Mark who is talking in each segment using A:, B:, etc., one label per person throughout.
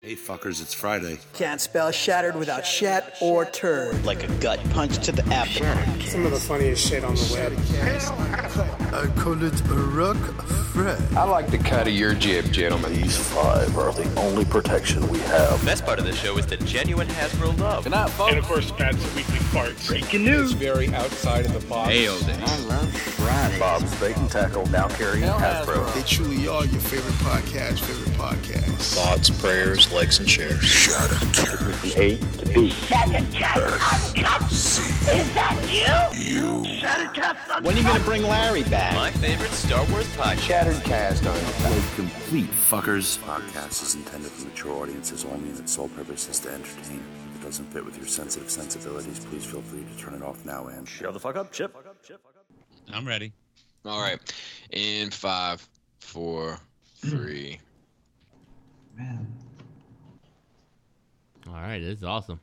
A: Hey, fuckers, it's Friday.
B: Can't spell shattered without shat or turd.
C: like a gut punch to the abdomen.
D: Some of the funniest shit on the web.
E: I call it a rock fret.
F: I like the cut of your jib, gentlemen.
G: These five are the only protection we have.
H: Best part of this show is the genuine Hasbro love.
F: Good night, folks.
D: And of course, Pat's weekly farts. Breaking
F: It's very outside of the box.
G: Bob's Bait and Tackle now carrying Hasbro.
E: They truly are your favorite podcast, favorite podcast.
G: Thoughts, prayers, likes, and shares. Shut up. A to B.
C: When are you gonna bring Larry back?
H: My favorite Star Wars podcast.
F: Shattered cast on.
A: Complete fuckers. Podcast is intended for mature audiences only, and its sole purpose is to entertain. If it doesn't fit with your sensitive sensibilities, please feel free to turn it off now and shut the fuck up, Chip.
I: I'm ready.
J: All right. In five, four, three.
I: All right, this is awesome.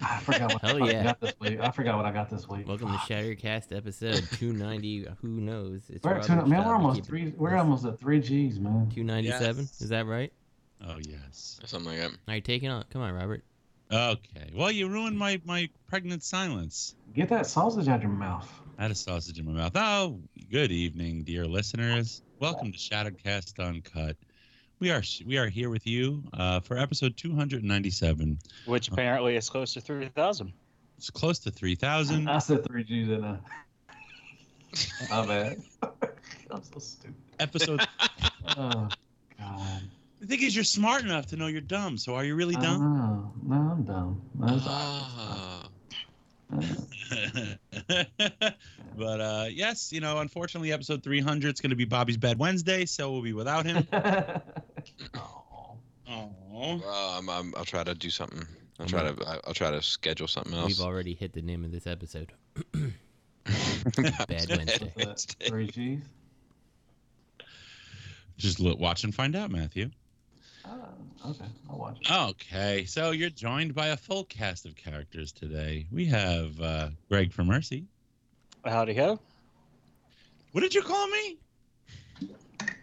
K: I forgot what
I: Hell
K: the fuck
I: yeah.
K: I got this week. I forgot what I got this week.
I: Welcome to Shattercast episode 290. Who knows? It's
K: We're at two,
I: Robert's
K: man,
I: job
K: we're
I: to
K: almost
I: keep it-
K: three. We're almost at three G's, man.
I: 297.
J: Yes.
I: Is that right?
H: Oh yes.
J: or Something like that.
I: Are you taking on? Come on, Robert.
H: Okay. Well, you ruined my my pregnant silence.
K: Get that sausage out your mouth.
H: I had a sausage in my mouth. Oh, good evening, dear listeners. Welcome to Shadowcast Uncut. We are we are here with you uh, for episode 297.
B: Which apparently is close to Uh-huh. 3,000.
H: Uh-huh. It's close to 3,000.
K: I said three G's, didn't I? My bad. I'm so stupid.
H: Episode.
K: Oh God.
H: the thing is, you're smart enough to know you're dumb. So are you really
B: Uh-huh.
K: I
H: dumb?
K: know. No, I'm dumb. I was-
J: Ah.
H: but uh, yes, you know, unfortunately, episode 300 is going to be Bobby's Bad Wednesday, so we'll be without him. Uh,
K: Aw.
H: Aww.
J: Well, I'm, I'm, I'll try to do something. I'll try to. I- I'll try to schedule something else.
I: We've already hit the name of this episode. Bad Wednesday.
K: What's that, three G's.
H: Just look, watch and find out, Matthew.
K: Oh, okay, I'll watch it.
H: Okay, so you're joined by a full cast of characters today. We have uh, Greg from Mercy.
B: Howdy ho.
H: What did you call me?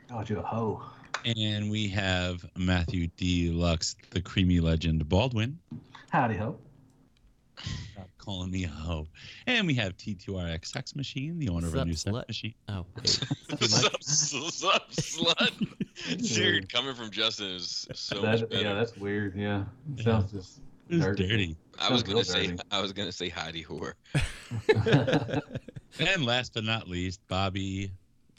K: Called you a hoe.
H: And we have Matthew D. Lux, the creamy legend Baldwin.
K: Howdy ho.
H: Stop calling me a hoe. And we have T2RX Sex Machine, the owner of a
I: Sup,
H: new sex
I: slut?
H: machine.
I: Oh, wait. Too much?
J: Sup, sup, slut. Dude, coming from Justin is so much
K: That,
J: better.
K: yeah, that's weird. Yeah, It sounds just
H: It was
K: Dirty.
H: dirty.
J: I was
K: sounds
J: gonna
K: real
J: say.
K: dirty.
J: I was gonna say Heidi whore.
H: And last but not least, Bobby,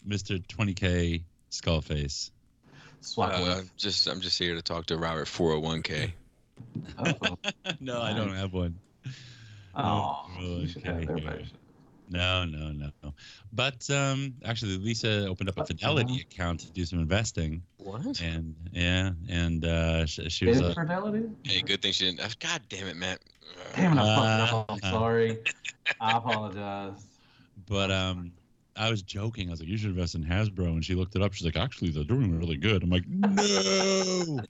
H: Mr. 20K Skullface.
K: swap.
J: Uh,
K: left.
J: just. I'm just here to talk to Robert 401k.
K: Uh-oh.
H: no, I don't have one.
K: Oh,
H: Oh,
K: you should have
H: okay.
K: it. Everybody should.
H: No, no, no. But um, actually, Lisa opened up a
K: What the
H: Fidelity
K: hell?
H: account to do some investing,
J: What?
H: and yeah, and uh, she, she was
K: Is it
H: a,
K: Fidelity?
J: Hey, good thing she didn't. uh, God damn it, Matt. Uh,
K: Damn it, I fucked
H: Uh,
K: up. I'm sorry. I apologize.
H: but um, I was joking. I was like, "You should invest in Hasbro," and she looked it up. She's like, "Actually, they're doing really good." I'm like, "No."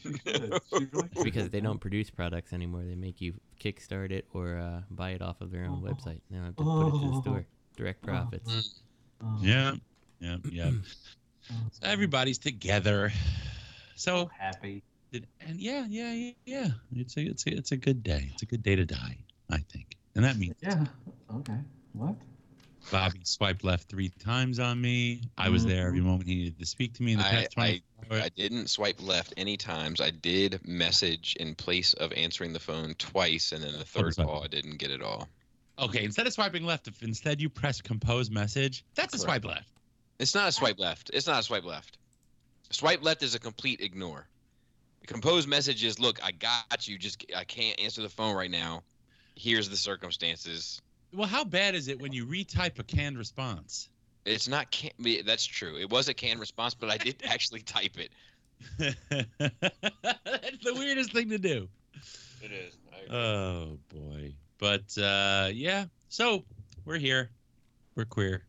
I: It's because they don't produce products anymore. They make you kickstart it or uh, buy it off of their own website. They don't have to put it to the store. Direct profits.
K: Oh,
H: yeah, yeah, yeah.
K: I'm so
H: Everybody's together. So
K: happy.
H: Did, and yeah, yeah, yeah, yeah. It's a, it's a, it's a good day. It's a good day to die, I think. And that means
K: Yeah. Okay. What?
H: Bobby swiped left three times on me. I was there every moment he needed to speak to me in the
J: I-
H: past
J: I-
H: 20 hours.
J: I didn't swipe left any times. I did message in place of answering the phone twice, and then the third
H: Understand.
J: call I didn't get at all.
H: okay, instead of swiping left, if instead you press compose message, that's a
J: Correct.
H: swipe left.
J: It's not a swipe left. It's not a swipe left. Swipe left is a complete ignore. The composed message is, look, I got you. Just I can't answer the phone right now. Here's the circumstances.
H: Well, how bad is it when you retype a canned response?
J: It's not can. yeah, That's true. It was a canned response, but I did actually type it.
H: that's the weirdest thing to do.
J: It is.
H: Oh boy. But uh yeah, so we're here. We're queer.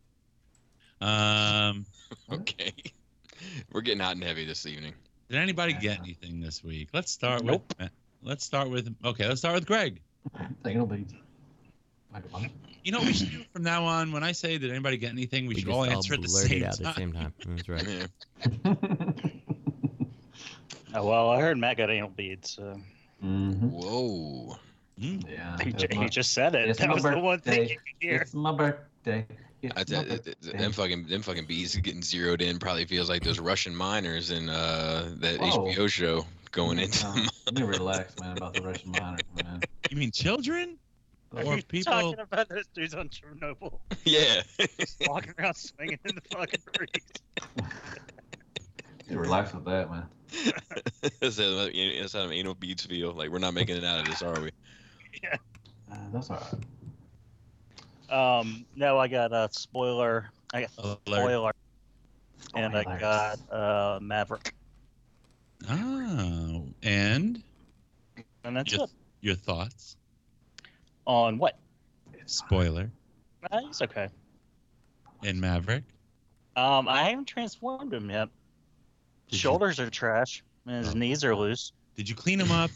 H: Um
J: Okay. We're getting hot and heavy this evening.
H: did anybody get anything this week? Let's start with let's start with okay, let's start with Greg.
K: Thing will be. Wait, what?
H: You know what we should do from now on when I say did anybody get anything,
I: We
H: we, should
I: just
H: all
I: all
H: answer at the
I: blurt it
H: same
I: out at the
H: time.
I: same time. That's right.
J: Yeah.
B: Oh, well, I heard Matt got anal beads. So.
J: Mm-hmm. Whoa.
K: Yeah.
B: He,
K: it's
B: ju-
K: my-
B: he just said it.
K: it's
B: That
K: my
B: was the one thing
K: birthday.
B: you could hear.
K: It's my birthday. It's
J: I,
K: my
J: th- th- th-
K: birthday.
J: them fucking them fucking bees getting zeroed in probably feels like those Russian miners in uh, that
K: Whoa.
J: HBO show going into.
K: No, you need to uh, relax, man, about the Russian miners, man.
H: You mean children?
B: Are
H: Or
B: you
H: people?
B: talking about those dudes on Chernobyl
J: yeah.
B: walking around swinging in the fucking breeze?
K: You need to relax with that, man.
J: that's, how, that's how them anal beads feel. Like we're not making it out of this, are we?
K: Uh, that's all right.
B: Um, no, I got a spoiler. I got
H: Alert.
B: spoiler. And I
K: Spoilers.
B: got uh, Maverick.
H: Oh, and
B: And that's
H: your,
B: it.
H: your thoughts?
B: On what?
H: Spoiler.
B: Uh, It's okay.
H: And Maverick.
B: Um, I haven't transformed him yet.
H: Did you-
B: Shoulders are trash, and his knees are loose.
H: Did you clean him up?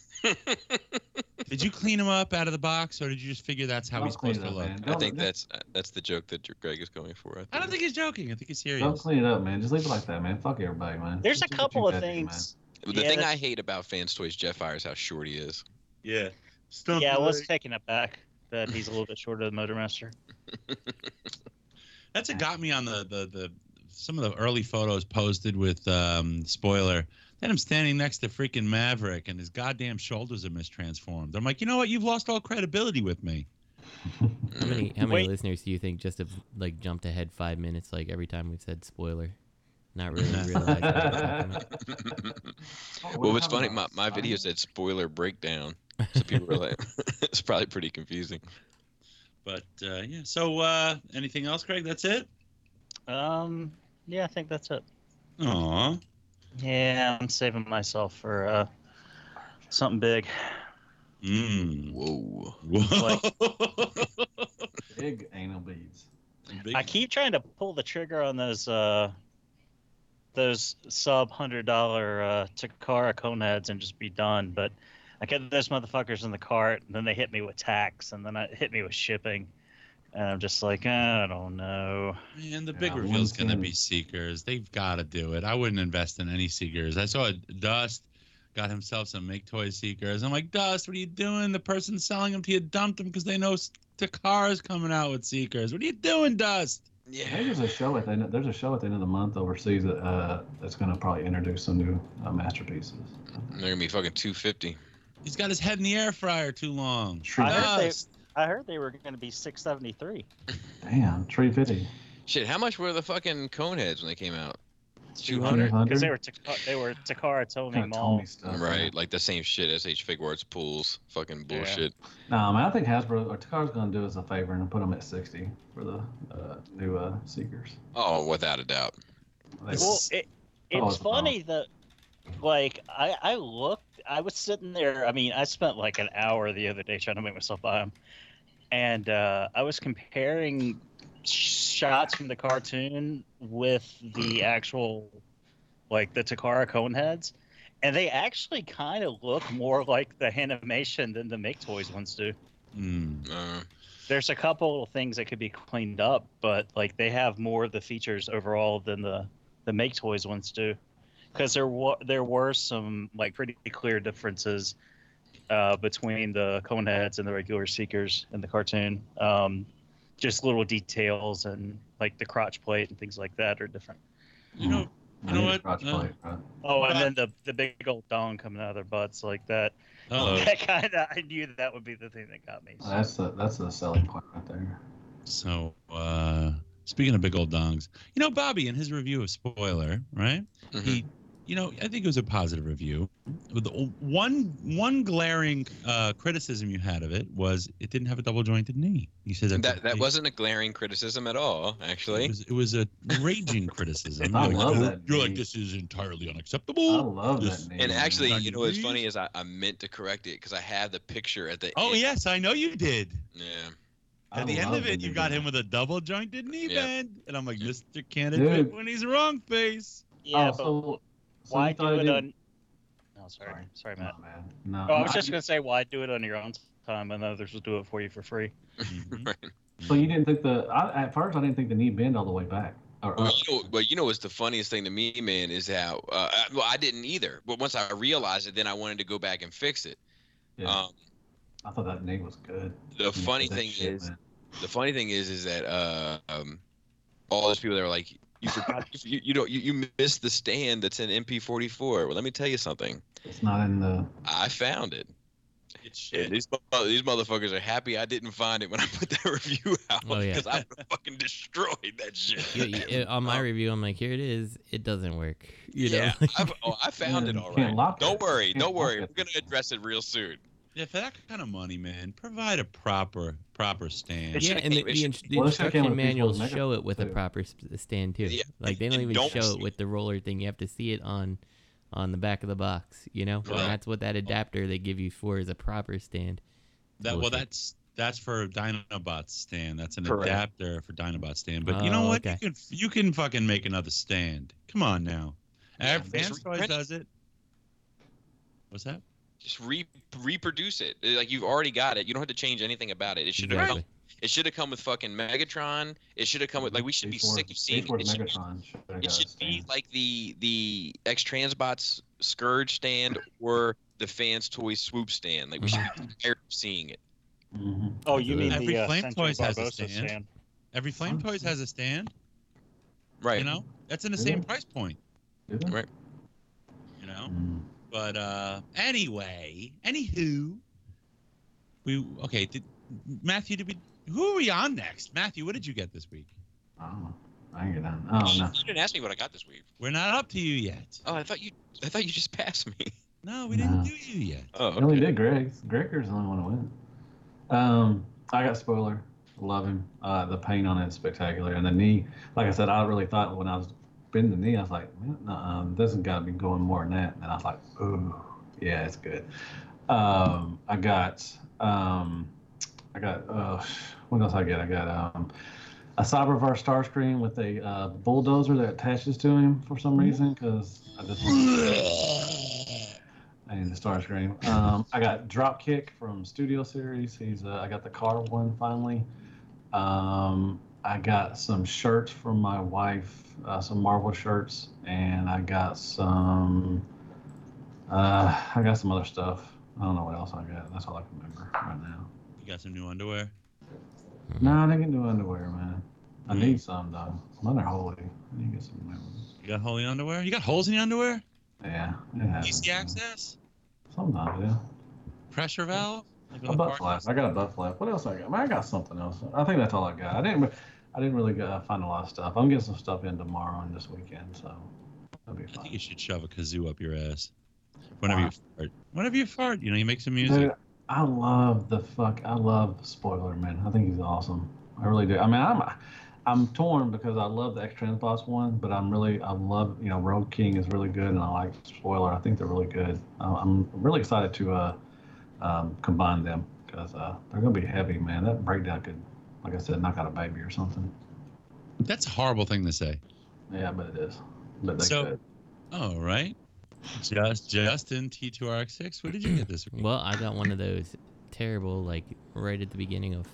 H: did you clean him up out of the box, or did you just figure that's how
K: Don't
H: he's supposed
K: clean
H: to
K: it up,
H: look?
K: man.
J: I
K: Don't-
J: think that's uh, that's the joke that Greg is going for. I think.
H: I don't think he's joking. I think he's serious.
K: Don't clean it up, man. Just leave it like that, man. Fuck everybody, man.
B: There's a
K: Just do what you
B: couple of
K: gotta do,
B: things.
J: The
B: Yeah,
J: thing
B: that's-
J: I hate about Fans Toys Jeff Fire is how short he is.
H: Yeah. Stump
B: yeah, I was
H: leg.
B: taking it back that he's a little bit shorter than Motormaster.
H: That's what got me on the, the, the some of the early photos posted with um, spoiler. Then I'm standing next to freaking Maverick, and his goddamn shoulders are mistransformed. I'm like, you know what? You've lost all credibility with me.
I: How many how many
B: Wait.
I: listeners do you think just have like jumped ahead five minutes like every time we've said spoiler? Not really realizing what we're talking about.
K: man. Oh,
J: well,
K: what
J: what's
K: about
J: funny, my,
K: us?
J: my video
K: Sorry.
J: said spoiler breakdown. So people were like, it's probably pretty confusing.
H: But uh, yeah. So uh, anything else, Craig? That's it.
B: Um, yeah, I think that's it.
H: Aw.
B: Yeah, I'm saving myself for uh, something big.
H: Mm.
J: Whoa.
H: Whoa.
K: Big anal beads.
H: Big-
B: I keep trying to pull the trigger on those uh, those sub hundred dollar uh, Takara cone heads and just be done, but I kept those motherfuckers in the cart, and then they hit me with tax, and then it hit me with shipping, and I'm just like, "Ah, I don't know.
H: Man, the big
K: Yeah,
H: reveal is
K: one
H: going to
K: can-
H: be Seekers. They've got to do it. I wouldn't invest in any Seekers. I saw Dust got himself some Make Toy Seekers. I'm like, Dust, what are you doing? The person selling them to you dumped them because they know S- Takara's coming out with Seekers. What are you doing, Dust?
K: I think
J: Yeah.
K: there's a show at the end. There's a show at the end of the month overseas that, uh, that's going to probably introduce some new uh, masterpieces.
J: They're going to be fucking 250.
H: He's got his head in the air fryer too long.
K: Tree,
B: I heard they-
H: Dust.
B: I heard they were going to be 673.
K: damn, tree fifty.
J: Shit, how much were the fucking cone heads when they came out?
B: 200 because they
K: Kinda
B: were Takara, they were Takara Tomy
K: Tommy
B: Mall.
K: stuff.
J: right, like the same shit SH Figwarts pulls. Fucking
B: Yeah.
J: bullshit.
K: No, man, I think Hasbro or Takara's going to do us a favor and put them at sixty for the uh, new uh, seekers.
J: Oh, without a doubt.
K: They-
B: Well, it, it's
K: Oh, it's about-
B: funny that, like, I, I looked, I was sitting there. I mean, I spent like an hour the other day trying to make myself buy them. And uh, I was comparing sh- shots from the cartoon with the actual, like, the Takara cone heads. And they actually kind of look more like the animation than the Make Toys ones do.
H: Mm.
J: Uh,
B: There's a couple of things that could be cleaned up, but like they have more of the features overall than the the Make Toys ones do, because there wa- there were some like pretty clear differences uh, between the Coneheads and the regular Seekers in the cartoon. Um, just little details and like the crotch plate and things like that are different.
H: You know,
K: I
H: you know
K: need a
H: what?
K: crotch
H: Uh,
K: plate, bro.
B: Oh, and then the the big old dong coming out of their butts like that.
H: uh-oh.
B: That kind of I knew that would be the thing that got me.
K: Oh, That's the that's the selling point right there.
H: So, uh, speaking of big old dongs, you know, Bobby in his review of spoiler, right?
J: mhm.
H: he you know i think it was a positive review With the one one glaring uh, criticism you had of it was it didn't have a double jointed knee you said that
J: that, that wasn't a glaring criticism at all,
H: it
J: actually.
H: was, it was a raging criticism
K: I
H: You're like,
K: love
H: "Oh,
K: that
H: you're like
K: knee."
H: this is entirely
K: I
H: unacceptable
K: love
H: This-
K: that name.
J: And
K: man.
J: actually,
H: Dr.
J: you know what's
H: D's?
J: funny is I, I meant to correct it because I have the picture at the
H: oh
J: end.
H: yes i know you did
J: Yeah.
K: I
H: at the end
K: love
H: of it
K: the
H: you
K: new
H: got
K: name.
H: him with a double jointed knee
J: Yeah.
H: band and i'm like mr candidate
K: Dude.
H: when he's wrong face
B: Yeah,
K: oh,
B: but
K: so, so
B: why
K: you
B: do
K: thought
B: it
K: didn't-
B: on? No, sorry,
K: Sorry.
B: sorry,
K: No,
B: Matt.
K: man. No,
B: Oh, I was
K: no,
B: just
K: you-
B: gonna say, why do it on your own time and others will do it for you for free?
H: Mhm.
K: So you didn't think the I, at first I didn't think the knee bend all the way back. Or,
J: Well, you know, but you know what's the funniest thing to me, man, is how uh, I- well I didn't either. But once I realized it, then I wanted to go back and fix it.
K: Yeah.
J: Um,
K: I thought that name was good.
J: the funny thing is, the funny thing is, is that uh, um, all those people that are like, you forgot, you, you don't, you, you missed the stand that's in MP44. Well, let me tell you something.
K: It's not in the.
J: I found it. Yeah, these, mo- these motherfuckers are happy I didn't find it when I put that review out
I: Oh, yeah.
J: because I would've fucking destroyed that shit.
I: You- you- on my review, I'm like, here it is. It doesn't work. You
J: yeah,
I: know, like,
J: I've, oh, I found it
K: you
J: all
K: can't
J: right.
K: lock
J: Don't
K: it.
J: worry,
K: You can't
J: don't worry. We're
K: lock
J: gonna address it real soon.
H: Yeah, for that kind of money, man, provide a proper proper stand.
I: yeah, and the, the, in, the
K: Well, this guy
I: instruction
K: came with these
I: manuals
K: little mega-
I: show it with a
K: too.
I: proper s- stand too.
J: Yeah,
I: Like they don't
J: and
I: even
J: don't
I: show
J: see
I: it with the roller thing. You have to see it on, on the back of the box. You know, and
H: Right.
I: that's what that adapter they give you for is a proper stand.
H: That well,
I: Bullshit.
H: that's that's for Dinobot stand. That's an
J: Correct.
H: adapter for Dinobot stand. But you know
I: Oh,
H: what?
I: okay.
H: You can you can fucking make another stand. Come on now.
J: Yeah,
H: Ev-
J: just
H: Vans Toys
J: reprint-
H: does it. What's that?
J: Just re- reproduce it. Uh, Like you've already got it. You don't have to change anything about it. It should have come.
I: Exactly.
J: It should have come with fucking Megatron. It should have come with like we should be
K: Before-
J: sick of seeing.
K: before
J: It should, be-
K: Megatron should have
J: it
K: got
J: should
K: a
J: be
K: stand.
J: like the the ex transbots scourge stand or the fans toy swoop stand. Like we should be tired of seeing it.
K: Mhm.
B: Oh, you mean
H: Every
B: the uh,
H: Flame
B: Central
H: Toys has a
B: Barbosa
H: stand.
B: stand?
H: Every Flame Toys has a stand.
J: Right.
H: You know, that's in the same price point.
K: Did they?
J: Right.
H: You know,
K: Mm.
H: but uh anyway, anywho, we okay. Did Matthew? Did we? Who are we on next? Matthew, what did you get this week?
K: I don't know. I ain't get down. Oh no.
J: You didn't ask me what I got this week.
H: We're not up to you yet.
J: Oh, I thought you. I thought you just passed me.
H: No, we didn't
K: No.
H: do you yet.
J: Oh,
K: He only
J: okay.
K: did Greg's. Gregor's the only one who went. Um, I got spoiler. Love him. Uh, the pain on it is spectacular, and the knee. Like I said, I really thought when I was bending the knee, I was like, man, nah, um, this has got to be going more than that. And I was like, ooh, yeah, it's good. Um, I got, um, I got. Uh, what else I get? I got um, a Cybervar Starscream with a uh, bulldozer that attaches to him for some reason, because I just. and the Star Scream. Um, I got Dropkick from Studio Series. He's uh, I got the car one finally. Um, I got some shirts from my wife, uh, some Marvel shirts, and I got some. Uh, I got some other stuff. I don't know what else I got. That's all I can remember right now.
H: You got some new underwear.
K: No, I didn't do underwear, man. I
H: Hmm.
K: need some though. Mother holy, I need to get some new ones.
H: You got holy underwear. You got holes in the underwear.
K: Yeah, it happens.
H: Easy access.
K: Sometimes, yeah.
H: Pressure valve. Like
K: A
H: on the
K: butt
H: car.
K: flap. I got a butt flap. What else I got? I, mean, I got something else. I think that's all I got. I didn't. I didn't really uh, find a lot of stuff. I'm getting some stuff in tomorrow and this weekend, so that'll be
H: I think
K: fun.
H: you should shove a kazoo up your ass. Whenever you fart. Whenever you fart, you know you make some music.
K: Dude, I love the fuck. I love Spoiler Man. I think he's awesome. I really do. I mean, I'm. I'm torn because I love the X Transboss one, but I'm really I love you know Road King is really good and I like Spoiler. I think they're really good. I- I'm really excited to uh, um, combine them because uh, they're gonna be heavy, man. That breakdown could, like I said, knock out a baby or something.
H: That's a horrible thing to say.
K: Yeah, but it is. But they
H: So-
K: could.
H: All right. Just Justin T2RX6. What did you get this week?
I: Well, I got one of those terrible, like right at the beginning of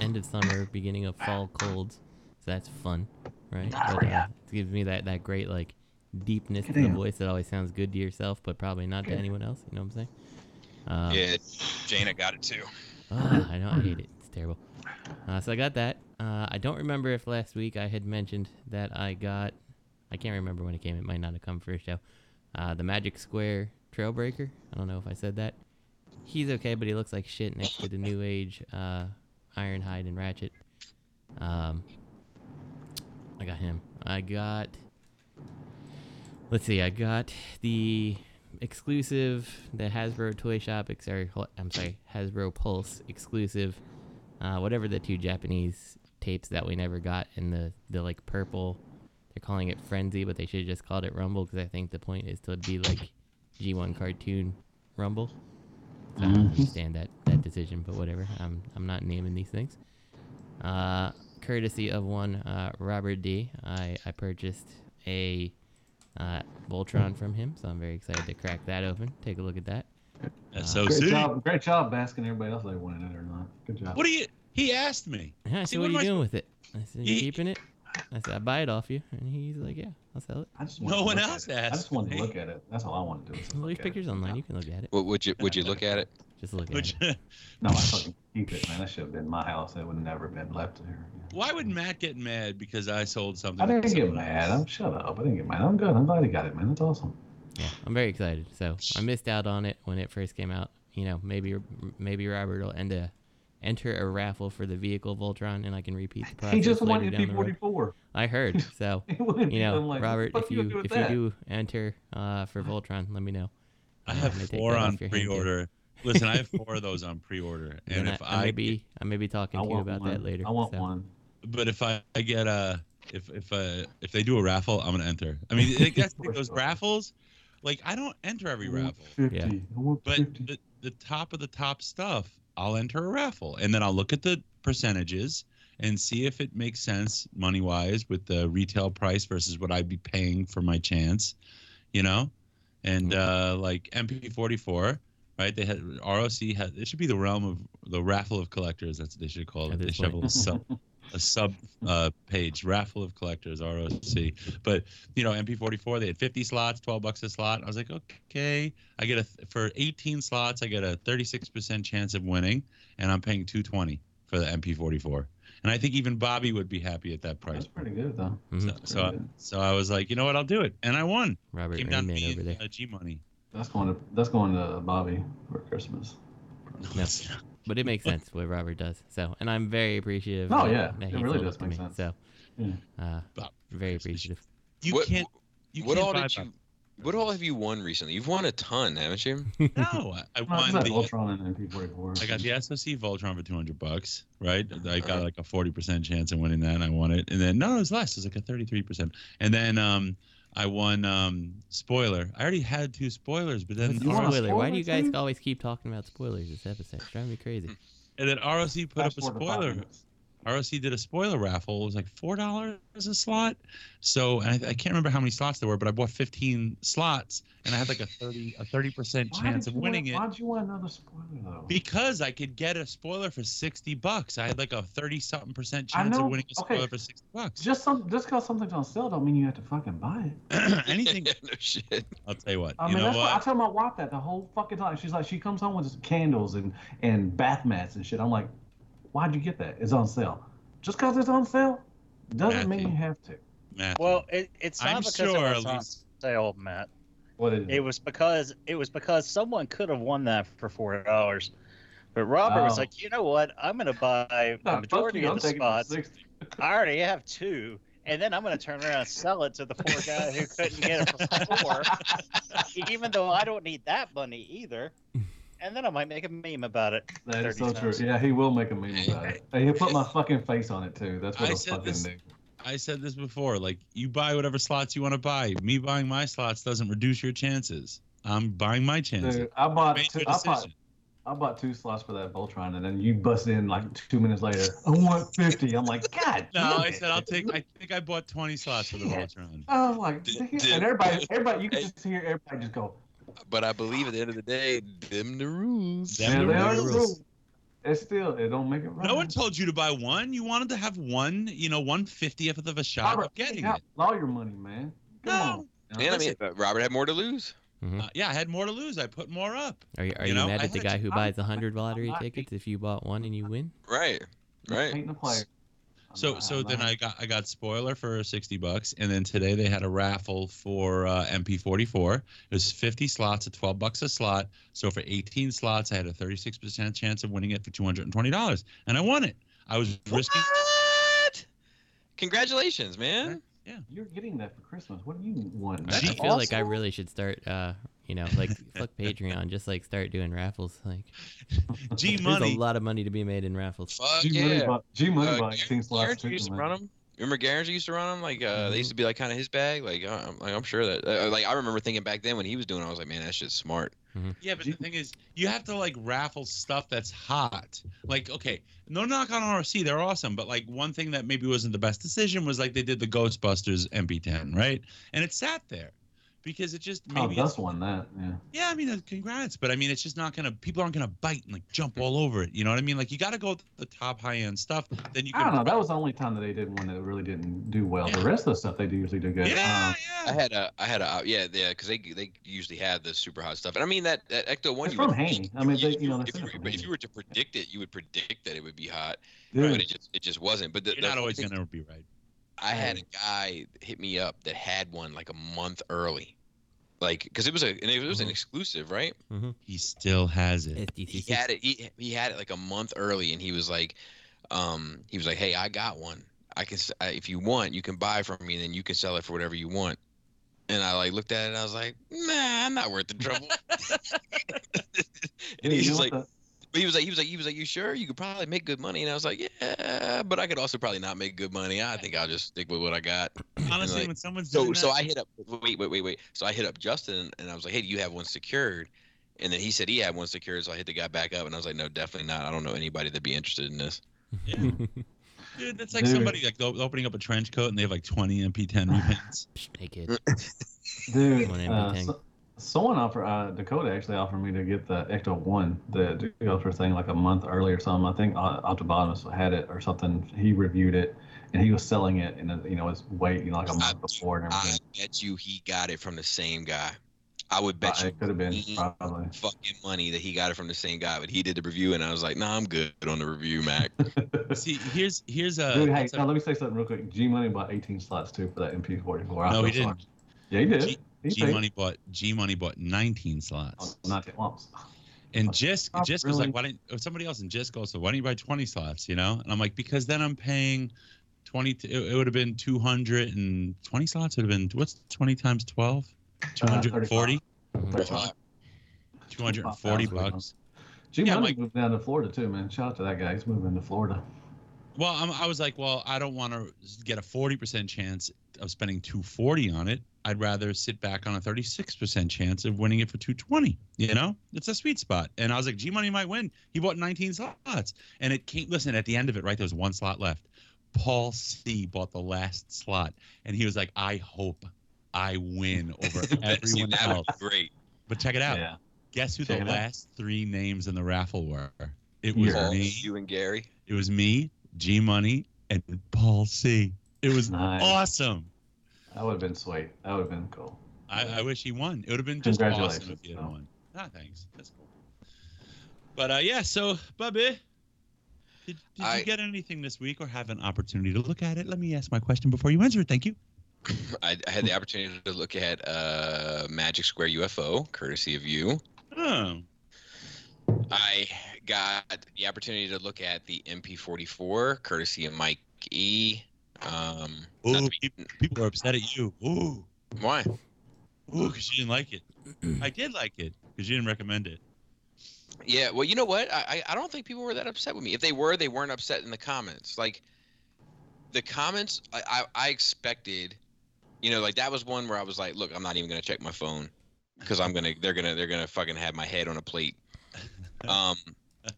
I: end of summer, beginning of fall colds. So that's fun, right? But, uh, it gives me that that great like deepness to the
K: Goddamn.
I: voice that always sounds good to yourself, but probably not to anyone else. You know what I'm saying? Um,
J: Yeah, Jana got it too.
I: Ah, I know. I hate it. It's terrible. Uh, so I got that. Uh, I don't remember if last week I had mentioned that I got. I can't remember when it came. It might not have come first show. Uh, the Magic Square Trailbreaker. I don't know if I said that. He's okay, but he looks like shit next to the New Age uh, Ironhide and Ratchet. Um, I got him. I got. Let's see. I got the exclusive, the Hasbro Toy Shop. ex- Sorry, hol- I'm sorry, Hasbro Pulse exclusive. Uh, whatever the two Japanese tapes that we never got in the the like purple. They're calling it Frenzy, but they should have just called it Rumble because I think the point is to be like G1 cartoon Rumble. So
K: Mm-hmm.
I: I don't understand that that decision, but whatever. I'm I'm not naming these things. Uh, courtesy of one uh, Robert D, I I purchased a uh, Voltron from him, so I'm very excited to crack that open. Take a look at that.
H: That's so
K: Great
H: soon.
K: job, great job, basking everybody else they wanted it or not. Good job.
H: What do you? He asked me.
I: And I
H: See,
I: said,
H: what
I: "What are
H: am
I: you
H: I
I: doing with it?" I said, "You
H: Ye-
I: keeping it?" I said, I buy it off you, and he's like, yeah, I'll sell it.
K: I just wanted to look at it. I just wanted to look at it. That's all I wanted to do. was
I: Well,
K: look
I: there's
K: at it.
I: pictures online. You can look at it.
J: Would, would you would you look at it?
I: Just look
H: Would
I: at
H: you-
I: it.
K: No, I fucking keep it, man. That should have been my house. It would have never been left here.
H: Why would Matt get mad because I sold something?
K: I
H: to
K: didn't get
H: someone
K: mad.
H: else?
K: I'm shut up. I didn't get mad. I'm good. I'm glad he got it, man. That's awesome.
I: Yeah, I'm very excited. So I missed out on it when it first came out. You know, maybe maybe Robert will end a enter a raffle for the vehicle Voltron, and I can repeat the process
K: He just
I: later
K: won
I: down the road.
K: P44.
I: I heard. So you know,
K: I'm like, what
I: Robert,
K: the
I: if
K: fuck you gonna
I: you
K: do with
I: if you
K: that?
I: do enter uh, for Voltron, let me know.
H: I
I: Uh,
H: have
I: I'm gonna take
H: four
I: that off
H: on
I: your hand, too.
H: pre-order. Listen, I have four of those on pre-order, and
I: then
H: if
I: I, I
H: I,
I: may be I may be talking
K: I
I: to you
K: want
I: about that
K: one.
I: later.
K: I want
I: so.
K: one.
H: but if I, I get a if if uh, if they do a raffle, I'm gonna enter. I mean, it, that's the thing, those raffles. Like I don't enter every raffle,
K: 50.
I: Yeah.
K: I want
H: but
K: 50.
H: the, the top of the top stuff, I'll enter a raffle, and then I'll look at the percentages and see if it makes sense money wise with the retail price versus what I'd be paying for my chance, you know, and uh, like MP44. Right, they had ROC. Had, it should be the realm of the raffle of collectors. That's what they should call
I: At
H: it. They
I: this
H: should have a
I: point.
H: little sub a sub uh, page raffle of collectors ROC. But you know, MP44 they had 50 slots, 12 bucks a slot. I was like, okay, I get a for 18 slots, I get a 36% chance of winning, and I'm paying 220 for the MP44. And I think even Bobby would be happy at that price.
K: That's pretty good, though.
I: Mhm.
H: So, so, I, so I was like, you know what, I'll do it, and I won.
I: Robert
H: Came down to
I: Rainman
H: me
I: over
H: and,
I: there.
H: uh, G money.
K: That's going to that's going to Bobby for Christmas.
I: No. But it makes sense what Robert does. So, and I'm very appreciative.
K: Oh,
I: that-
K: yeah.
I: that
K: It
I: he
K: really
I: sold
K: does
I: to
K: make
I: me.
K: sense.
I: So,
K: Yeah.
I: uh,
H: Bob,
I: very appreciative.
H: You
J: What-
H: can't. You
J: what
H: can't
J: all
H: buy
J: did you? What all have you won recently? You've won a ton, haven't you?
H: Bob. No, I- I
K: Well,
H: won
K: it's not
H: the
K: Voltron and MP44.
H: I got the SOC Voltron for 200 bucks, right? I got like a 40% chance of winning that, and I won it. And then, no, it was less. It was like a 33%. And then um, I won um, Spoiler. I already had two spoilers, but then
I: What's
K: want a
I: spoiler? Why do you
K: spoiler
I: guys
K: too?
I: always keep talking about spoilers this episode? It's driving me crazy.
H: and then ROC put up
K: Fast
H: a
K: forward to five
H: spoiler.
K: minutes.
H: ROC did a spoiler raffle. It was like four dollars a slot. So and I, I can't remember how many slots there were, but I bought 15 slots, and I had like a 30 a 30 percent
K: Why
H: chance
K: did
H: of
K: you want-
H: winning it.
K: Why'd you want another spoiler though?
H: Because I could get a spoiler for sixty bucks. I had like a thirty something percent chance
K: know.
H: of winning a
K: Okay.
H: spoiler for sixty bucks.
K: Just some just because something's on sale don't mean you have to fucking buy it.
H: Anything.
J: no shit.
H: I'll tell you what.
K: I
H: you
K: mean,
H: know
K: Um, that's what? I
H: what?
K: tell my wife that the whole fucking time. She's like, she comes home with candles and and bath mats and shit. I'm like, why'd you get that? It's on sale. Just because it's on sale doesn't mean you
H: Matthew.
K: have to.
H: Matthew.
B: Well, it, it's not
H: I'm
B: because
H: sure
B: it was on
H: Elise-
B: sale, Matt.
K: What is
B: It was because it was because someone could have won that for four dollars, but Robert was
K: Wow.
B: like, you know what? I'm going to buy the majority of the spots. I already have two, and then I'm going to turn around and sell it to the poor guy who couldn't get it for four, even though I don't need that money either. And then I might make a meme about it.
K: That is
B: 30
K: so true.
B: cents.
K: Yeah, he will make a meme about it. Hey, He'll put my fucking face on it too. That's what
H: I
K: he'll
H: said
K: fucking
H: this-
K: do.
H: I said this before. Like, you buy whatever slots you want to buy. Me buying my slots doesn't reduce your chances. I'm buying my chances.
K: Dude, I bought
H: Made
K: two,
H: your
K: I bought
H: decision.
K: I bought two slots for that Voltron, and then you bust in like two minutes later. I want fifty. I'm like, God.
H: No,
K: damn
H: I
K: it."
H: said I'll take. I think I bought twenty slots for the
K: Shit.
H: Voltron.
K: I was like,
J: Did-
K: damn.
J: did-
K: Oh, and everybody, everybody, you can
J: Hey.
K: just hear everybody just go.
J: But I believe at the end of the day, them the rules.
H: Them
K: Yeah,
H: the
K: they are the
H: rules.
K: rules. It's still, it don't make it right.
H: No one told you to buy one. You wanted to have one. You know, one fiftieth of a shot
K: Robert,
H: of getting
K: yeah,
H: it.
K: lawyer money, man. Come
H: No.
K: on.
J: And I mean, but Robert had more to lose.
H: Uh, yeah, I had more to lose. I put more up.
I: Are you, are
H: You
I: you,
H: know,
I: mad
H: I
I: at the
H: had
I: guy
H: to
I: who
K: buy-
I: buys 100
K: I'm
I: lottery
K: not
I: tickets if you bought one and you win?
J: Right. Right.
K: Painting the player. I'm
H: So
K: not-
H: so
K: I'm
H: then
K: not-
H: I got I got spoiler for sixty bucks, and then today they had a raffle for uh, MP44. It was fifty slots at twelve bucks a slot. So for eighteen slots, I had a thirty six percent chance of winning it for two hundred and twenty dollars, and I won it. I was risking.
J: What? Congratulations, man.
K: You're getting that for Christmas. What do you want?
I: I, I
H: That's
I: feel like I really should start, uh, you know, like fuck Patreon, just like start doing raffles. Like,
H: G
I: there's
H: money.
I: a lot of money to be made in raffles.
J: Fuck
K: G
J: yeah.
K: Money bought G Money
J: Uh,
K: bought
J: Garinger-
K: 18 slots
J: Garinger
K: too.
J: used to
K: man.
J: run 'em. Remember, Garringer used to run them. Like uh,
H: Mm-hmm.
J: they used to be like kind of his bag. Like, uh, I'm- like I'm sure that. Uh, like I remember thinking back then when he was doing, it, I was like, man, that shit's smart.
H: Yeah, but the thing is, you have to like raffle stuff that's hot. Like, okay, no knock on RC, they're awesome, but like one thing that maybe wasn't the best decision was like they did the Ghostbusters MP10, right? And it sat there. because it just
K: Oh,
H: maybe
K: Dust
H: it's-
K: won that. Yeah.
H: yeah, I mean, uh, congrats, but I mean, it's just not gonna. People aren't gonna bite and like jump
K: Mm-hmm.
H: all over it. You know what I mean? Like you got to go with the top high end stuff. Then you
K: I
H: can.
K: don't know. That was the only time that they did one that really didn't do well. The rest of the stuff they do usually do good. Um,
J: Yeah, I had a, I had a, uh, yeah, yeah, because they they usually have the super hot stuff, and I mean that, that Ecto
K: Um,
J: one.
K: it's
J: You
K: from
J: would,
K: Haney. I mean, they, you know,
J: if
K: they're
J: you, were-
K: from
J: but if
K: Haney.
J: you were to predict it, you would predict that it would be hot,
K: Yeah.
J: but it just it just wasn't. But the, the
H: You're not
J: whole
H: always
J: thing-
H: gonna be right.
J: I had a guy hit me up that had one like a month early, like because it was a and it was an
K: Mm-hmm.
J: exclusive, right?
H: He still has it.
J: He had it. He, he had it like a month early, and he was like, um, he was like, hey, I got one. I can s- I- if you want, you can buy from me, and then you can sell it for whatever you want. And I like looked at it, and I was like, nah, I'm not worth the trouble. and
K: Yeah, you
J: he's
K: know
J: like.
K: what the-
J: But he was like, he was like, he was like, you sure? You could probably make good money. And I was like, yeah, but I could also probably not make good money. I think I'll just stick with what I got. And,
H: Honestly,
J: like,
H: when someone's
J: so
H: doing
J: so
H: that-
J: I hit up wait wait wait wait. So I hit up Justin and I was like, hey, do you have one secured? And then he said he had one secured. So I hit the guy back up and I was like, no, definitely not. I don't know anybody that'd be interested in this.
H: Dude, that's like
K: Dude.
H: somebody like op- opening up a trench coat and they have like 20 MP10 repins.
I: Naked.
K: Dude,
I: One
K: uh,
I: MP10.
K: so- someone offered uh, Dakota actually offered me to get the Ecto One, the Ecto thing, like a month early or something. I think uh, Optibotanus had it or something. He reviewed it, and he was selling it, and you know, it's weight, you know, like a month before and
J: I
K: everything.
J: bet you he got it from the same guy. I would
K: Uh,
J: bet you
K: it could have been
J: Mm.
K: probably.
J: fucking money that he got it from the same guy, but he did the review and I was like, nah, I'm good on the review, Mac.
H: See, here's here's a.
K: Dude, hey,
H: that's a-
K: now let me say something real quick. G Money bought 18 slots too for that MP44. I
H: No, he
K: feel sorry.
H: didn't.
K: Yeah, he did.
H: G,
K: He
H: G
K: paid. Oh,
H: Money bought G Money bought 19 slots,
K: Not the lumps.
H: and Jisk
K: Oh,
H: Jisk was
K: really?
H: like, why didn't or somebody else in Jisk also? Why don't you buy 20 slots? You know, and I'm like, because then I'm paying 20. It, it would have been 200 and 20 slots would have been what's 20 times 12?
K: Uh,
H: 240.
K: That's right.
H: 240
K: That's what it
H: bucks.
K: G
H: Yeah,
K: Money
H: like-
K: moved down to Florida too, man. Shout out to that guy. He's moving to Florida.
H: Well, I'm, I was like, well, I don't want to get a 40% chance of spending 240 on it. I'd rather sit back on a 36% chance of winning it for 220. You know, it's a sweet spot. And I was like, G Money might win. He bought 19 slots. And it came, listen, at the end of it, right, there was one slot left. Paul C bought the last slot. And he was like, I hope I win over
J: See,
H: everyone
J: that would
H: else.
J: be great.
H: But check it out.
K: Yeah.
H: Guess who
K: Check
H: the
K: it out.
H: last three names in the raffle were? It was
K: Yeah.
J: Paul,
H: me.
J: you and Gary.
H: It was me, G Money, and Paul C. It was
K: Nice.
H: awesome.
K: That would have been sweet. That would have been cool.
H: I, I wish he won. It would have been just awesome if
K: Congratulations,
H: he had
K: though.
H: won. Ah, thanks. That's cool. But uh, yeah, so Bubby, did, did
J: I-
H: you get anything this week or have an opportunity to look at it? Let me ask my question before you answer it. Thank you.
J: I, I had the opportunity to look at uh, Magic Square UFO, courtesy of you.
H: Oh,
J: I got the opportunity to look at the MP44, courtesy of Mike E. Um,
H: Ooh,
J: not to
H: peop- people are upset at you. Ooh,
J: be- why?
H: ooh, because you didn't like it. I did like it because you didn't recommend it.
J: Yeah, well, you know what? I, I I don't think people were that upset with me. If they were, they weren't upset in the comments. Like, the comments, I, I, I expected, you know, like that was one where I was like, look, I'm not even gonna check my phone because I'm gonna, they're gonna, they're gonna fucking have my head on a plate. Um,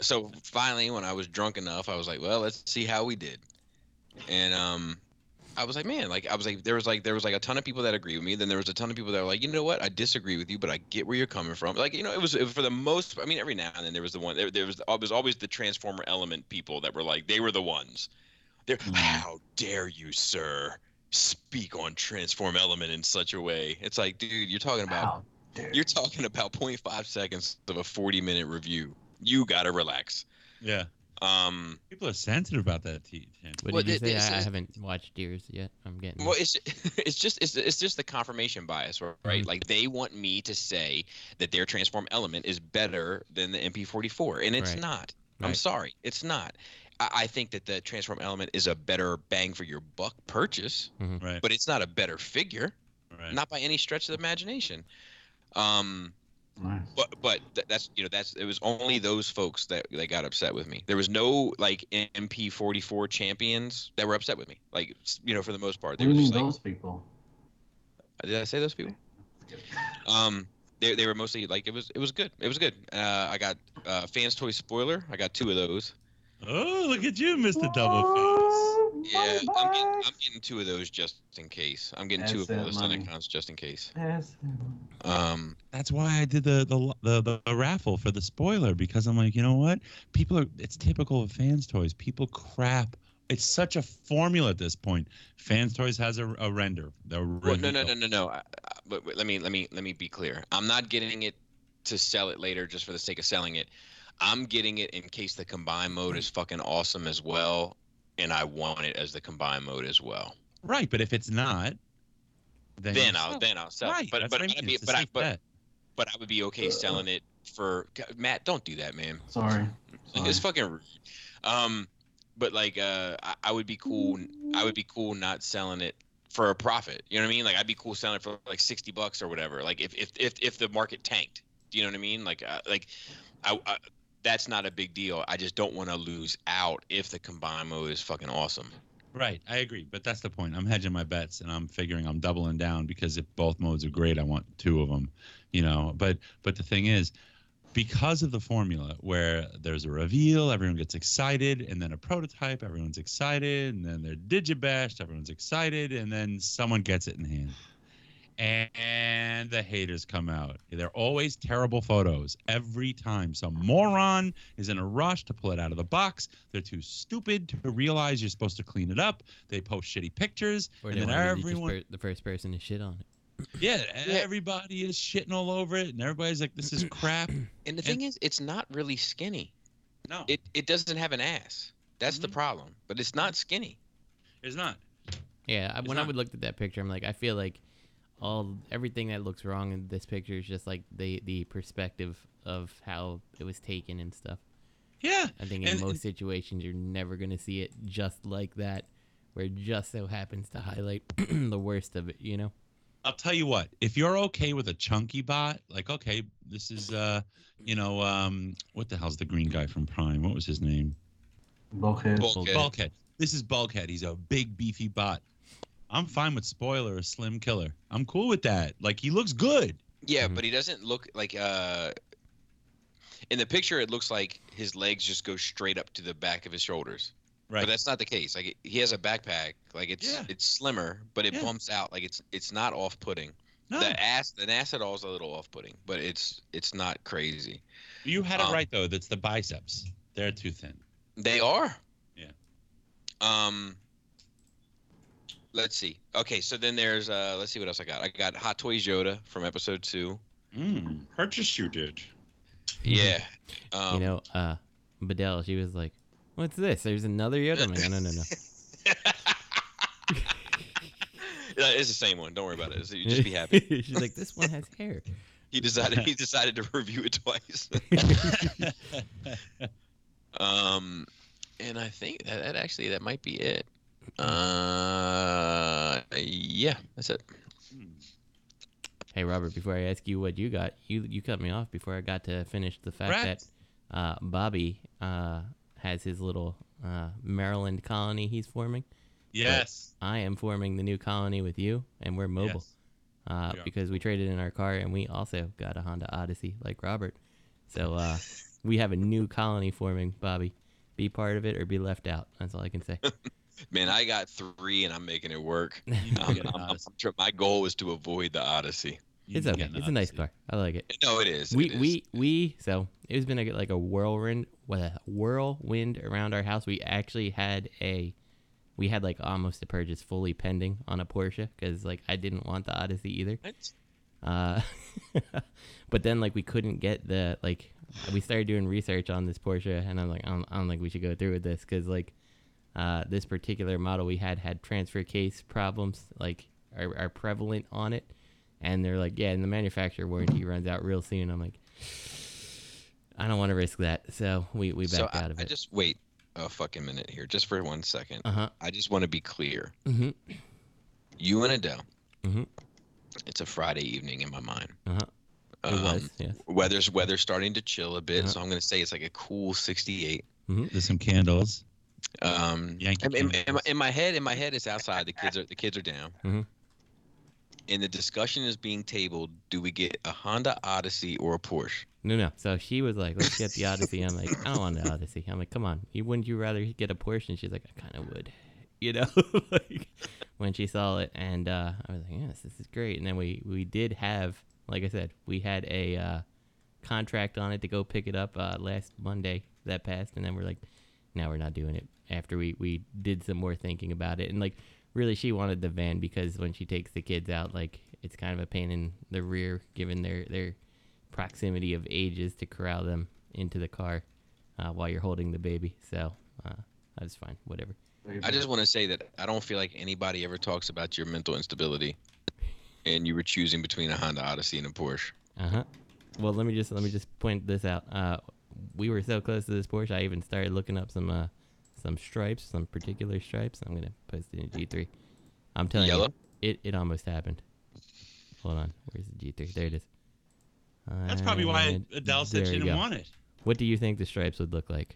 J: so finally, when I was drunk enough, I was like, well, let's see how we did. And um, I was like, man, like I was like, there was like there was like a ton of people that agree with me. Then there was a ton of people that were like, you know what, I disagree with you, but I get where you're coming from. Like you know, it was, it was for the most. I mean, every now and then there was the one. There, there was always always the transformer element people that were like, they were the ones. They're how dare you, sir, speak on transform element in such a way. It's like, dude, you're talking about
K: Wow. dude.
J: you're talking about 0.5 seconds of a 40 minute review. You gotta relax.
H: Yeah,
J: Um,
H: people are sensitive about that. T- Tim.
I: What
J: Well,
I: did you
J: it-
I: say?
J: it's-
I: I, I
J: it's-
I: haven't watched Deers yet. I'm getting.
J: Well, it's it's just it's, it's just the confirmation bias, right? Like they want me to say that their transform element is better than the MP44, and it's
I: Right.
J: not. I'm
I: Right.
J: sorry, it's not. I, I think that the transform element is a better bang for your buck purchase,
H: Right.
J: but it's not a better figure,
H: right.
J: not by any stretch of the imagination. Um,
K: Nice.
J: but but th- that's you know that's it was only those folks that that got upset with me. There was no like MP44 champions that were upset with me. Like s- you know for the most part,
K: What
J: they
K: do you
J: were
K: mean
J: just like,
K: those people?
J: did I say those people? Um, they, they were mostly like it was it was good it was good. Uh, I got uh, fans toy spoiler. I got two of those.
H: Oh, look at you, Mr. Double Face.
J: Yeah, I'm getting, I'm getting two of those just in case. I'm getting two of
H: That's that
J: those
H: money.
J: accounts just in case.
K: Yes.
J: Um,
H: That's why I did the the, the the the raffle for the spoiler because I'm like, you know what? People are. It's typical of fans toys. People crap. It's such a formula at this point. Fans toys has a, a render. The
J: Well, no,
H: reveal.
J: no, no, no, no. I, I, but wait, let me let me let me be clear. I'm not getting it to sell it later just for the sake of selling it. I'm getting it in case the combine mode is fucking awesome as well, and I want it as the combine mode as well.
H: Right, but if it's not, then,
J: Then,
H: you
J: I'll
H: sell.
J: then I'll sell. it.
H: Right,
J: but
H: that's
J: but
H: what I
J: I'd
H: mean,
J: be,
H: it's a
J: but, I,
H: safe
J: but
H: bet. Uh-huh.
J: but I would be okay selling it for God, Matt. Don't do that, man.
K: Sorry.
J: It's fucking rude. Um, but like, uh, I, I would be cool. I would be cool not selling it for a profit. You know what I mean? Like, I'd be cool selling it for like sixty bucks or whatever. Like, if if if, if the market tanked, do you know what I mean? Like, uh, like, I, I that's not a big deal. I just don't want to lose out if the combine mode is fucking awesome.
H: Right, I agree, but that's the point. I'm hedging my bets, and I'm figuring I'm doubling down because if both modes are great, I want two of them, you know. But but the thing is, because of the formula where there's a reveal, everyone gets excited, and then a prototype, everyone's excited, and then they're digibashed, everyone's excited, and then someone gets it in hand, and the haters come out. They're always terrible photos every time. Some moron is in a rush to pull it out of the box. They're too stupid to realize you're supposed to clean it up. They post shitty pictures,
I: Or
H: and
I: they
H: then
I: wanna be the first
H: everyone
I: per- the first person to shit on it.
H: yeah, everybody is shitting all over it, and everybody's like, "This is crap."
J: And the thing is, it's not really skinny.
H: No.
J: It it doesn't have an ass. That's the problem. But it's not skinny.
H: It's not.
I: Yeah, I,
J: It's
I: when I
J: not.
I: would looked at that picture, I'm like, I feel like all everything that looks wrong in this picture is just like the the perspective of how it was taken and stuff.
H: Yeah,
I: I think in
H: and-
I: most situations you're never gonna see it just like that, where it just so happens to highlight the worst of it. You know?
H: I'll tell you what, if you're okay with a chunky bot, like, okay, this is, uh, you know, um, what the hell's the green guy from Prime? What was his name?
K: Bulkhead.
H: Bulkhead. This is Bulkhead. He's a big, beefy bot. I'm fine with Spoiler or Slim Killer. I'm cool with that. Like, he looks good.
J: Yeah, but he doesn't look like uh in the picture it looks like his legs just go straight up to the back of his shoulders.
H: Right.
J: But that's not the case. Like he has a backpack, like it's it's slimmer, but it bumps out. Like it's it's not off putting.
H: No.
J: The ass the Nasadol is a little off putting, but it's it's not crazy.
H: You had it
J: Um,
H: right, though. That's the biceps. They're too thin.
J: They are.
H: Yeah.
J: Um. Let's see. Okay, so then there's uh. Let's see what else I got. I got Hot Toys Yoda from episode two.
H: Mm, purchase you did.
J: Yeah. Um,
I: Mm-hmm. you know, uh, Bedell, she was like, "What's this? There's another Yoda." I'm like, no, no, no, no.
J: Yeah, It's the same one. Don't worry about it. So You just be happy.
I: She's like, this one has hair.
J: he decided. He decided to review it twice. um, and I think that, that actually that might be it. Uh, yeah, that's it.
I: Hey Robert, before I ask you what you got, you you cut me off before I got to finish the fact
H: Right.
I: that uh, Bobby uh, has his little uh, Maryland colony he's forming. But
H: Yes.
I: I am forming the new colony with you, and we're mobile
H: Yes.
I: uh,
H: We are.
I: because we traded in our car, and we also got a Honda Odyssey like Robert. So uh, we have a new colony forming, Bobby. Be part of it or be left out. That's all I can say.
J: Man, I got three, and I'm making it work.
I: need to
J: Um,
I: get an
J: I'm- I'm tri- my goal was to avoid the Odyssey.
I: it's okay. It's a nice car. I like it.
J: No, it is.
I: We
J: It is.
I: we we so it's been a, like a whirlwind what a whirlwind around our house. We actually had a we had like almost a purchase fully pending on a Porsche because like I didn't want the Odyssey either. Uh, but then like we couldn't get the like we started doing research on this Porsche and I'm like I don't, I don't think we should go through with this because like uh, this particular model we had had transfer case problems like are, are prevalent on it and they're like yeah and the manufacturer warranty runs out real soon I'm like I don't want to risk that so we we
J: So
I: backed
J: I,
I: out of
J: I
I: it
J: just wait a fucking minute here, just for one second.
I: Uh-huh.
J: I just want to be clear.
I: hmm
J: You and Adele.
I: hmm
J: It's a Friday evening in my mind.
I: uh-huh it
J: Um,
I: was yes
J: Weather's weather's starting to chill a bit,
I: Uh-huh.
J: so I'm gonna say it's like a cool 68.
H: There's some candles.
J: Um,
H: Yankee
J: in, in-
H: candles.
J: in my- in my head, in my head, it's outside. The kids are the kids are down,
I: Mhm.
J: and the discussion is being tabled. Do we get a Honda Odyssey or a Porsche?
I: No, no. So she was like, "Let's get the Odyssey." I'm like, "I don't want the Odyssey." I'm like, "Come on, you wouldn't you rather get a Porsche?" And she's like, "I kind of would." you know, like when she saw it, and uh, I was like, yes, this is great. And then we we did have, like I said, we had a uh, contract on it to go pick it up uh, last Monday that passed, and then we're like, no, we're not doing it. After we we did some more thinking about it, and like really, she wanted the van because when she takes the kids out, like it's kind of a pain in the rear given their their proximity of ages to corral them into the car uh, while you're holding the baby. So uh, that's fine. Whatever.
J: I just want to say that I don't feel like anybody ever talks about your mental instability, and you were choosing between a Honda Odyssey and a Porsche.
I: Uh huh. Well, let me just let me just point this out. Uh, we were so close to this Porsche. I even started looking up some uh, some stripes, some particular stripes. I'm gonna post it in G three. I'm telling
J: Yellow?
I: you, it it almost happened. Hold on, where's the G three? There it is.
H: That's probably why
I: And
H: Adele said
I: there
H: she
I: you
H: didn't
I: go.
H: want it.
I: What do you think the stripes would look like?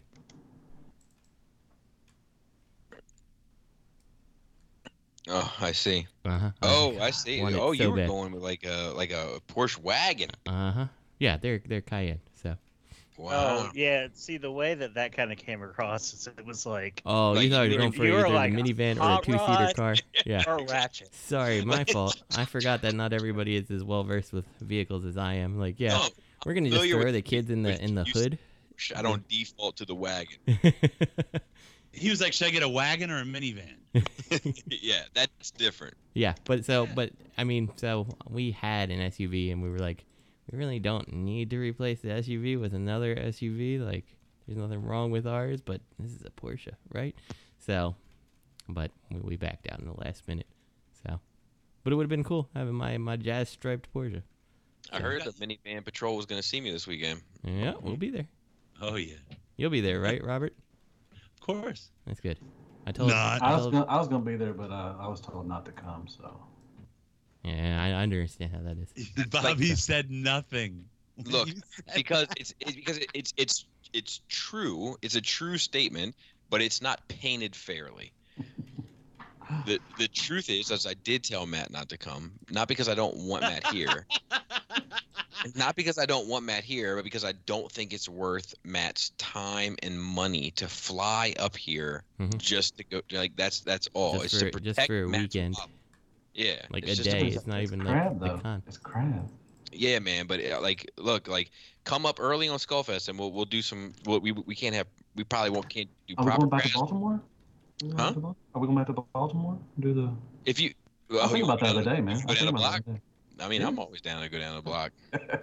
J: Oh, I see.
I: Uh-huh.
J: Oh, I see.
I: Want it
J: Oh,
I: so
J: you were
I: bad.
J: going with like a like a Porsche wagon.
I: Uh huh. Yeah, they're they're Cayenne. So.
B: Oh yeah, see the way that that kind of came across, is it was like.
I: Oh, you thought you were going for either
B: were
I: the
B: like,
I: minivan or a
B: "Hot
I: two seater
B: rod
I: car. Yeah.
B: Or ratchet.
I: Sorry, my fault. I forgot that not everybody is as well versed with vehicles as I am. Like, yeah,
B: Oh,
J: No,
I: we're gonna
J: I'm
I: just
J: familiar
I: throw
J: with-
I: the kids in the in the hood.
J: Porsche. Oh, I don't default to the wagon.
H: He was like, should I get a wagon or a minivan?
J: yeah, that's different.
I: Yeah, but so, but I mean, so we had an SUV, and we were like, we really don't need to replace the SUV with another SUV. Like, there's nothing wrong with ours, but this is a Porsche, right? So, but we, we backed out in the last minute. So, but it would have been cool having my my jazz striped Porsche.
J: I heard the minivan patrol was going to see me this weekend.
I: Yeah, we'll be there.
H: Oh yeah,
I: You'll be there, right, Robert?
H: of course.
I: That's good. I told.
K: I
I: I
K: was
I: told-
K: gonna, I was gonna be there, but uh, I was told not to come. So
I: yeah, I I understand how that is.
H: Bobby said nothing.
J: Look, because it's, it's because it, it's it's it's true. It's a true statement, but it's not painted fairly. The the truth is, as I did tell Matt not to come, not because I don't want Matt here, not because I don't want Matt here, but because I don't think it's worth Matt's time and money to fly up here
I: Mhm.
J: just to go. Like that's that's all.
I: Just
J: it's
I: for-
J: to
I: just
J: protect
I: for a
J: Matt's
I: weekend.
J: wallet. Yeah,
I: Like
J: it's
I: a
J: just to
I: day. It's not even like
K: crab
I: the
K: though.
I: con.
K: It's crab.
J: Yeah, man, but uh, like, look, like, come up early on Skullfest, and we'll we'll do some. We'll, we we can't have. We probably won't can't do
K: Are we
J: proper.
K: going back to
J: grass.
K: Baltimore? Are we going back
J: Huh?
K: to Bal- Are we going back to Baltimore? and Do the?
J: If you,
K: I was
J: you
K: thinking about that
J: wanna
K: the other day,
J: go
K: man. I was
J: down
K: thinking
J: the
K: about
J: block.
K: that the other day.
J: I mean, I'm always down to go down the block,
K: That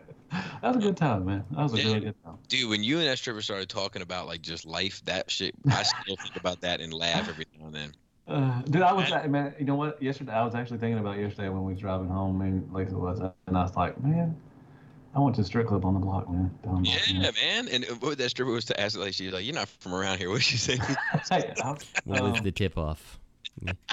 K: was a good time, man. That was a
J: Yeah.
K: really good time.
J: dude. When you and that stripper started talking about like just life, that shit, I still think about that and laugh every now and then.
K: Uh, dude, I was at- man. You know what? Yesterday, I was actually thinking about yesterday when we was driving home, and Lisa was, and I was like, man, I went to a strip club on the block, man. Down the block,
J: Yeah, man. And uh, what that stripper was to ask, like, she's like, "You're not from around here." What she say?
K: Hey, I-
I: What was
K: um,
I: the tip off?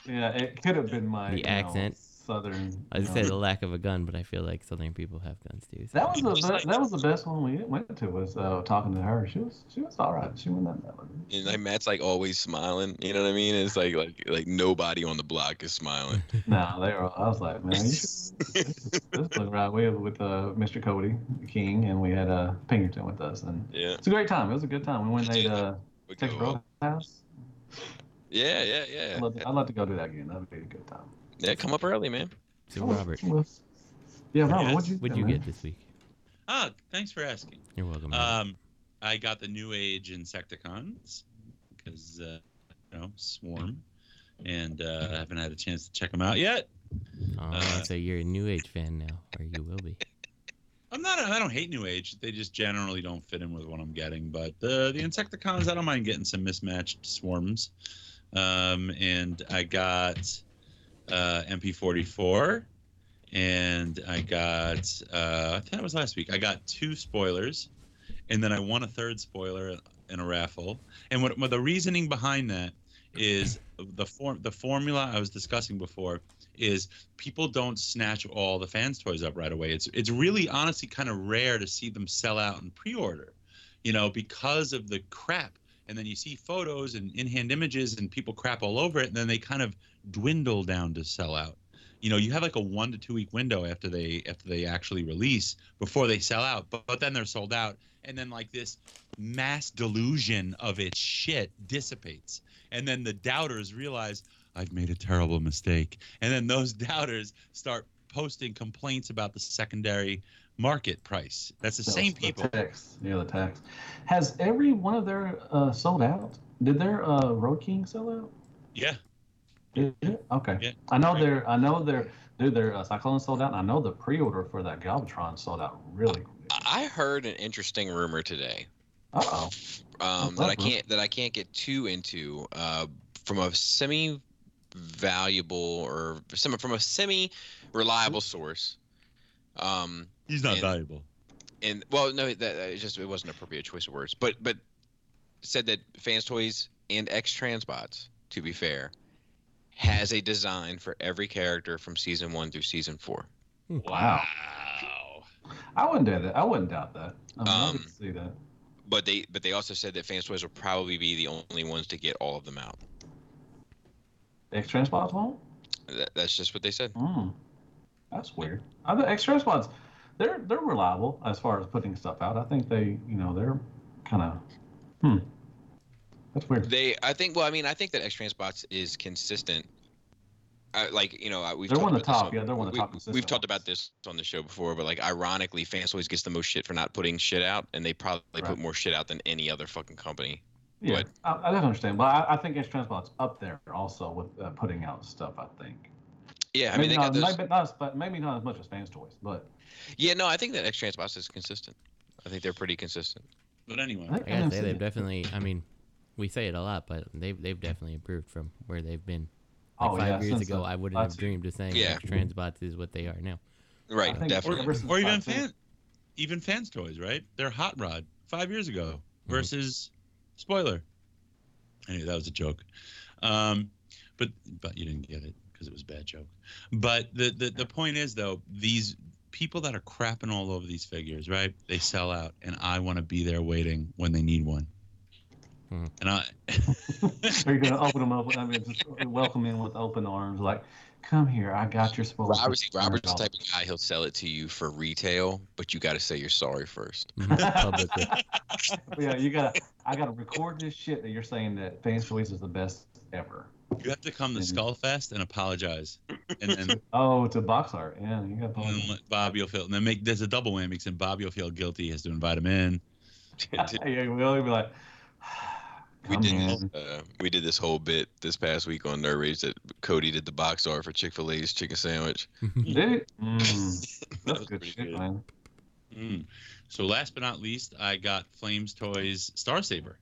K: yeah, it could have been my
I: The
K: you know,
I: accent.
K: southern.
I: I was gonna
K: you
I: say
K: know.
I: the lack of a gun, but I feel like southern people have guns too. so-
K: That was the best, that was the best one we went to was uh, talking to her. She was she was all right. She went that that one.
J: And like Matt's like always smiling. You know what I mean? It's like like like nobody on the block is smiling.
K: No, they were. I was like, man, you should, this, is, this look right. We have with uh, Mr. Cody King, and we had uh, Pinkerton with us, and
J: Yeah.
K: it's a great time. It was a good time. We went and ate uh,
J: We go
K: Texas
J: up.
K: Roadhouse.
J: Yeah, yeah, yeah.
K: I'd love, to, I'd love to go do that again. That would be a good time.
J: Yeah, come up early, man.
I: So Robert,
K: Yeah, Robert,
H: Yes.
K: what'd you,
I: what'd
K: get,
I: you
K: man?
I: get this week?
H: Oh, thanks for asking.
I: You're welcome.
J: Uh,
I: Robert.
H: Um, I got the New Age Insecticons because uh, you know Swarm,
I: Mm-hmm.
H: and uh, I haven't had a chance to check them out yet.
I: Aw,
H: uh,
I: so you're a new age fan now, or you will be.
H: I'm not. I don't hate New Age. They just generally don't fit in with what I'm getting. But the the Insecticons, I don't mind getting some mismatched swarms. Um, and I got uh, MP44, and I got. Uh, I think that was last week. I got two spoilers, and then I won a third spoiler in a raffle. And what, what the reasoning behind that is the form the formula I was discussing before is people don't snatch all the fans toys up right away. It's it's really honestly kind of rare to see them sell out and pre-order, you know, because of the crap. And then you see photos and in-hand images and people crap all over it, and then they kind of dwindle down to sell out. You know, you have like a one to two week window after they after they actually release before they sell out, but, but then they're sold out. And then like this mass delusion of its shit dissipates. And then the doubters realize, I've made a terrible mistake. And then those doubters start posting complaints about the secondary market price. That's the
K: That was
H: same people.
K: Text. Yeah, the text. Has every one of their uh, sold out? Did their uh, Road King sell out?
H: Yeah.
K: Did it? Okay. I know their I know their dude their uh, Cyclone sold out, and I know the pre-order for that Galvatron sold out really. quick.
J: I heard an interesting rumor today.
K: Uh oh.
J: um,
K: What's
J: that I
K: up, bro?
J: can't that I can't get too into uh, from a semi valuable or semi from a semi reliable source. Um,
H: He's not
J: and,
H: valuable.
J: And well, no, that, that- it's just it wasn't appropriate choice of words. But but said that Fans Toys and X Transbots, to be fair, has a design for every character from season one through season four.
K: Wow. I wouldn't do that. I wouldn't doubt that. I mean, I
J: Um,
K: could see that.
J: But they but they also said that Fans Toys will probably be the only ones to get all of them out.
K: X Transpods won't.
J: That, that's just what they said.
K: Mm, that's weird. I think X Transpods, they're they're reliable as far as putting stuff out. I think they you know they're kind of hmm. That's weird.
J: They, I think. Well, I mean, I think that X Transbots is consistent. I, like you know, I- we've
K: They're
J: talked
K: one of
J: about
K: the
J: this
K: top, yeah, they're one of the
J: we,
K: top
J: We've
K: consistent
J: talked about this on the show before, but like, ironically, Fans always gets the most shit for not putting shit out, and they probably put more shit out than any other fucking company.
K: Yeah, I, I don't understand, but I, I think X Transpods up there also with uh, putting out stuff. I think.
J: Yeah, I mean,
K: maybe
J: they
K: not,
J: got those.
K: maybe not, as- but maybe not as much as fans' toys, but
J: Yeah, no, I think that X Transbots is consistent. I think they're pretty consistent.
H: But anyway,
I: I gotta say they've definitely. I mean, we say it a lot, but they've they've definitely improved from where they've been. Like
K: Oh,
I: five
K: yeah,
I: years
K: since
I: ago,
K: the
I: I wouldn't have
K: Batu.
I: dreamed of saying
J: Yeah.
I: like, transbots is what they are now. I
J: Right,
H: Or-
I: think
J: definitely.
I: ever
H: Or,
I: since
H: even
I: Fox
H: fan, even fans toys, right? They're hot rod five years ago versus spoiler. Anyway, that was a joke, um, but but you didn't get it because it was a bad joke. But the, the the point is though, these people that are crapping all over these figures, right? They sell out, and I want to be there waiting when they need one.
I: Mhm.
H: And I
K: they're going to open them up. I mean, just welcome in with open arms, like, "Come here, I got your spoiler." for
J: Robert's, Robert's the
K: $200."
J: type of guy he'll sell it to you for retail, but you got to say you're sorry first.
I: Publicly.
K: yeah, you gotta. I gotta record this shit that you're saying that fans' toys is the best ever.
H: you have to come to
I: Mm-hmm.
H: Skullfest and apologize, and then
K: Oh, it's a box art. Yeah, you got.
H: and
J: Mm,
H: let Bobby will feel and then make there's a double whammy and Bobby will feel guilty, has to invite him in.
K: yeah, we'll be like,
J: We
K: Come
J: did this, uh, we did this whole bit this past week on Nerd Rage that Cody did the box art for Chick Fil A's chicken sandwich.
K: "Did it? Mm, that's good shit, man."
H: Mm. So last but not least, I got Flames Toys Star Saber.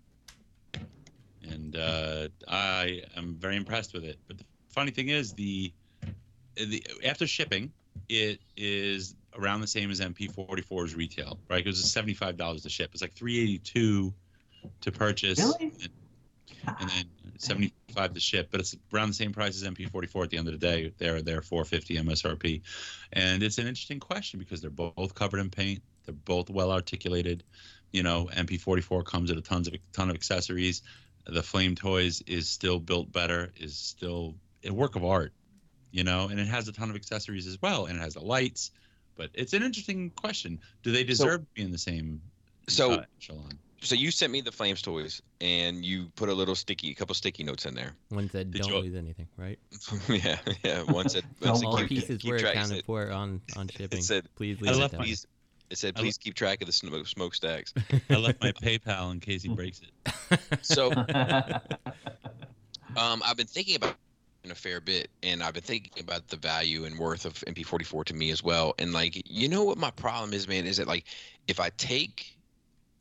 H: And uh, I am very impressed with it. But the funny thing is the the after shipping, it is around the same as MP44's retail, right? It was seventy five dollars to ship. It's like three eighty two to purchase
K: Really?
H: and, and then seventy five to ship, but it's around the same price as MP44 at the end of the day. They're they're four fifty MSRP. And it's an interesting question because they're both covered in paint. They're both well articulated. You know, MP44 comes with a tons of ton of accessories. The Flame Toys is still built better. Is still a work of art. You know, and it has a ton of accessories as well, and it has the lights. But it's an interesting question. Do they deserve to be in the same
J: So-
H: uh, echelon?
J: So you sent me the Flames toys, and you put a little sticky, a couple sticky notes in there.
I: One said,
J: Did
I: "Don't
J: you-
I: lose anything." Right?
J: yeah, yeah. One said, one said
I: All
J: keep-
I: pieces
J: keep
I: were
J: track. It
I: accounted
J: said-
I: for on on shipping.
J: It said,
I: Please
J: it
I: leave
J: said,
I: it. down.
J: please- it said,
H: I left-
J: please keep track of the smoke, smokestacks.
H: I left my PayPal in case he breaks it.
J: So, um, I've been thinking about it a fair bit, and I've been thinking about the value and worth of MP44 to me as well. And like, you know what my problem is, man, is that like, if I take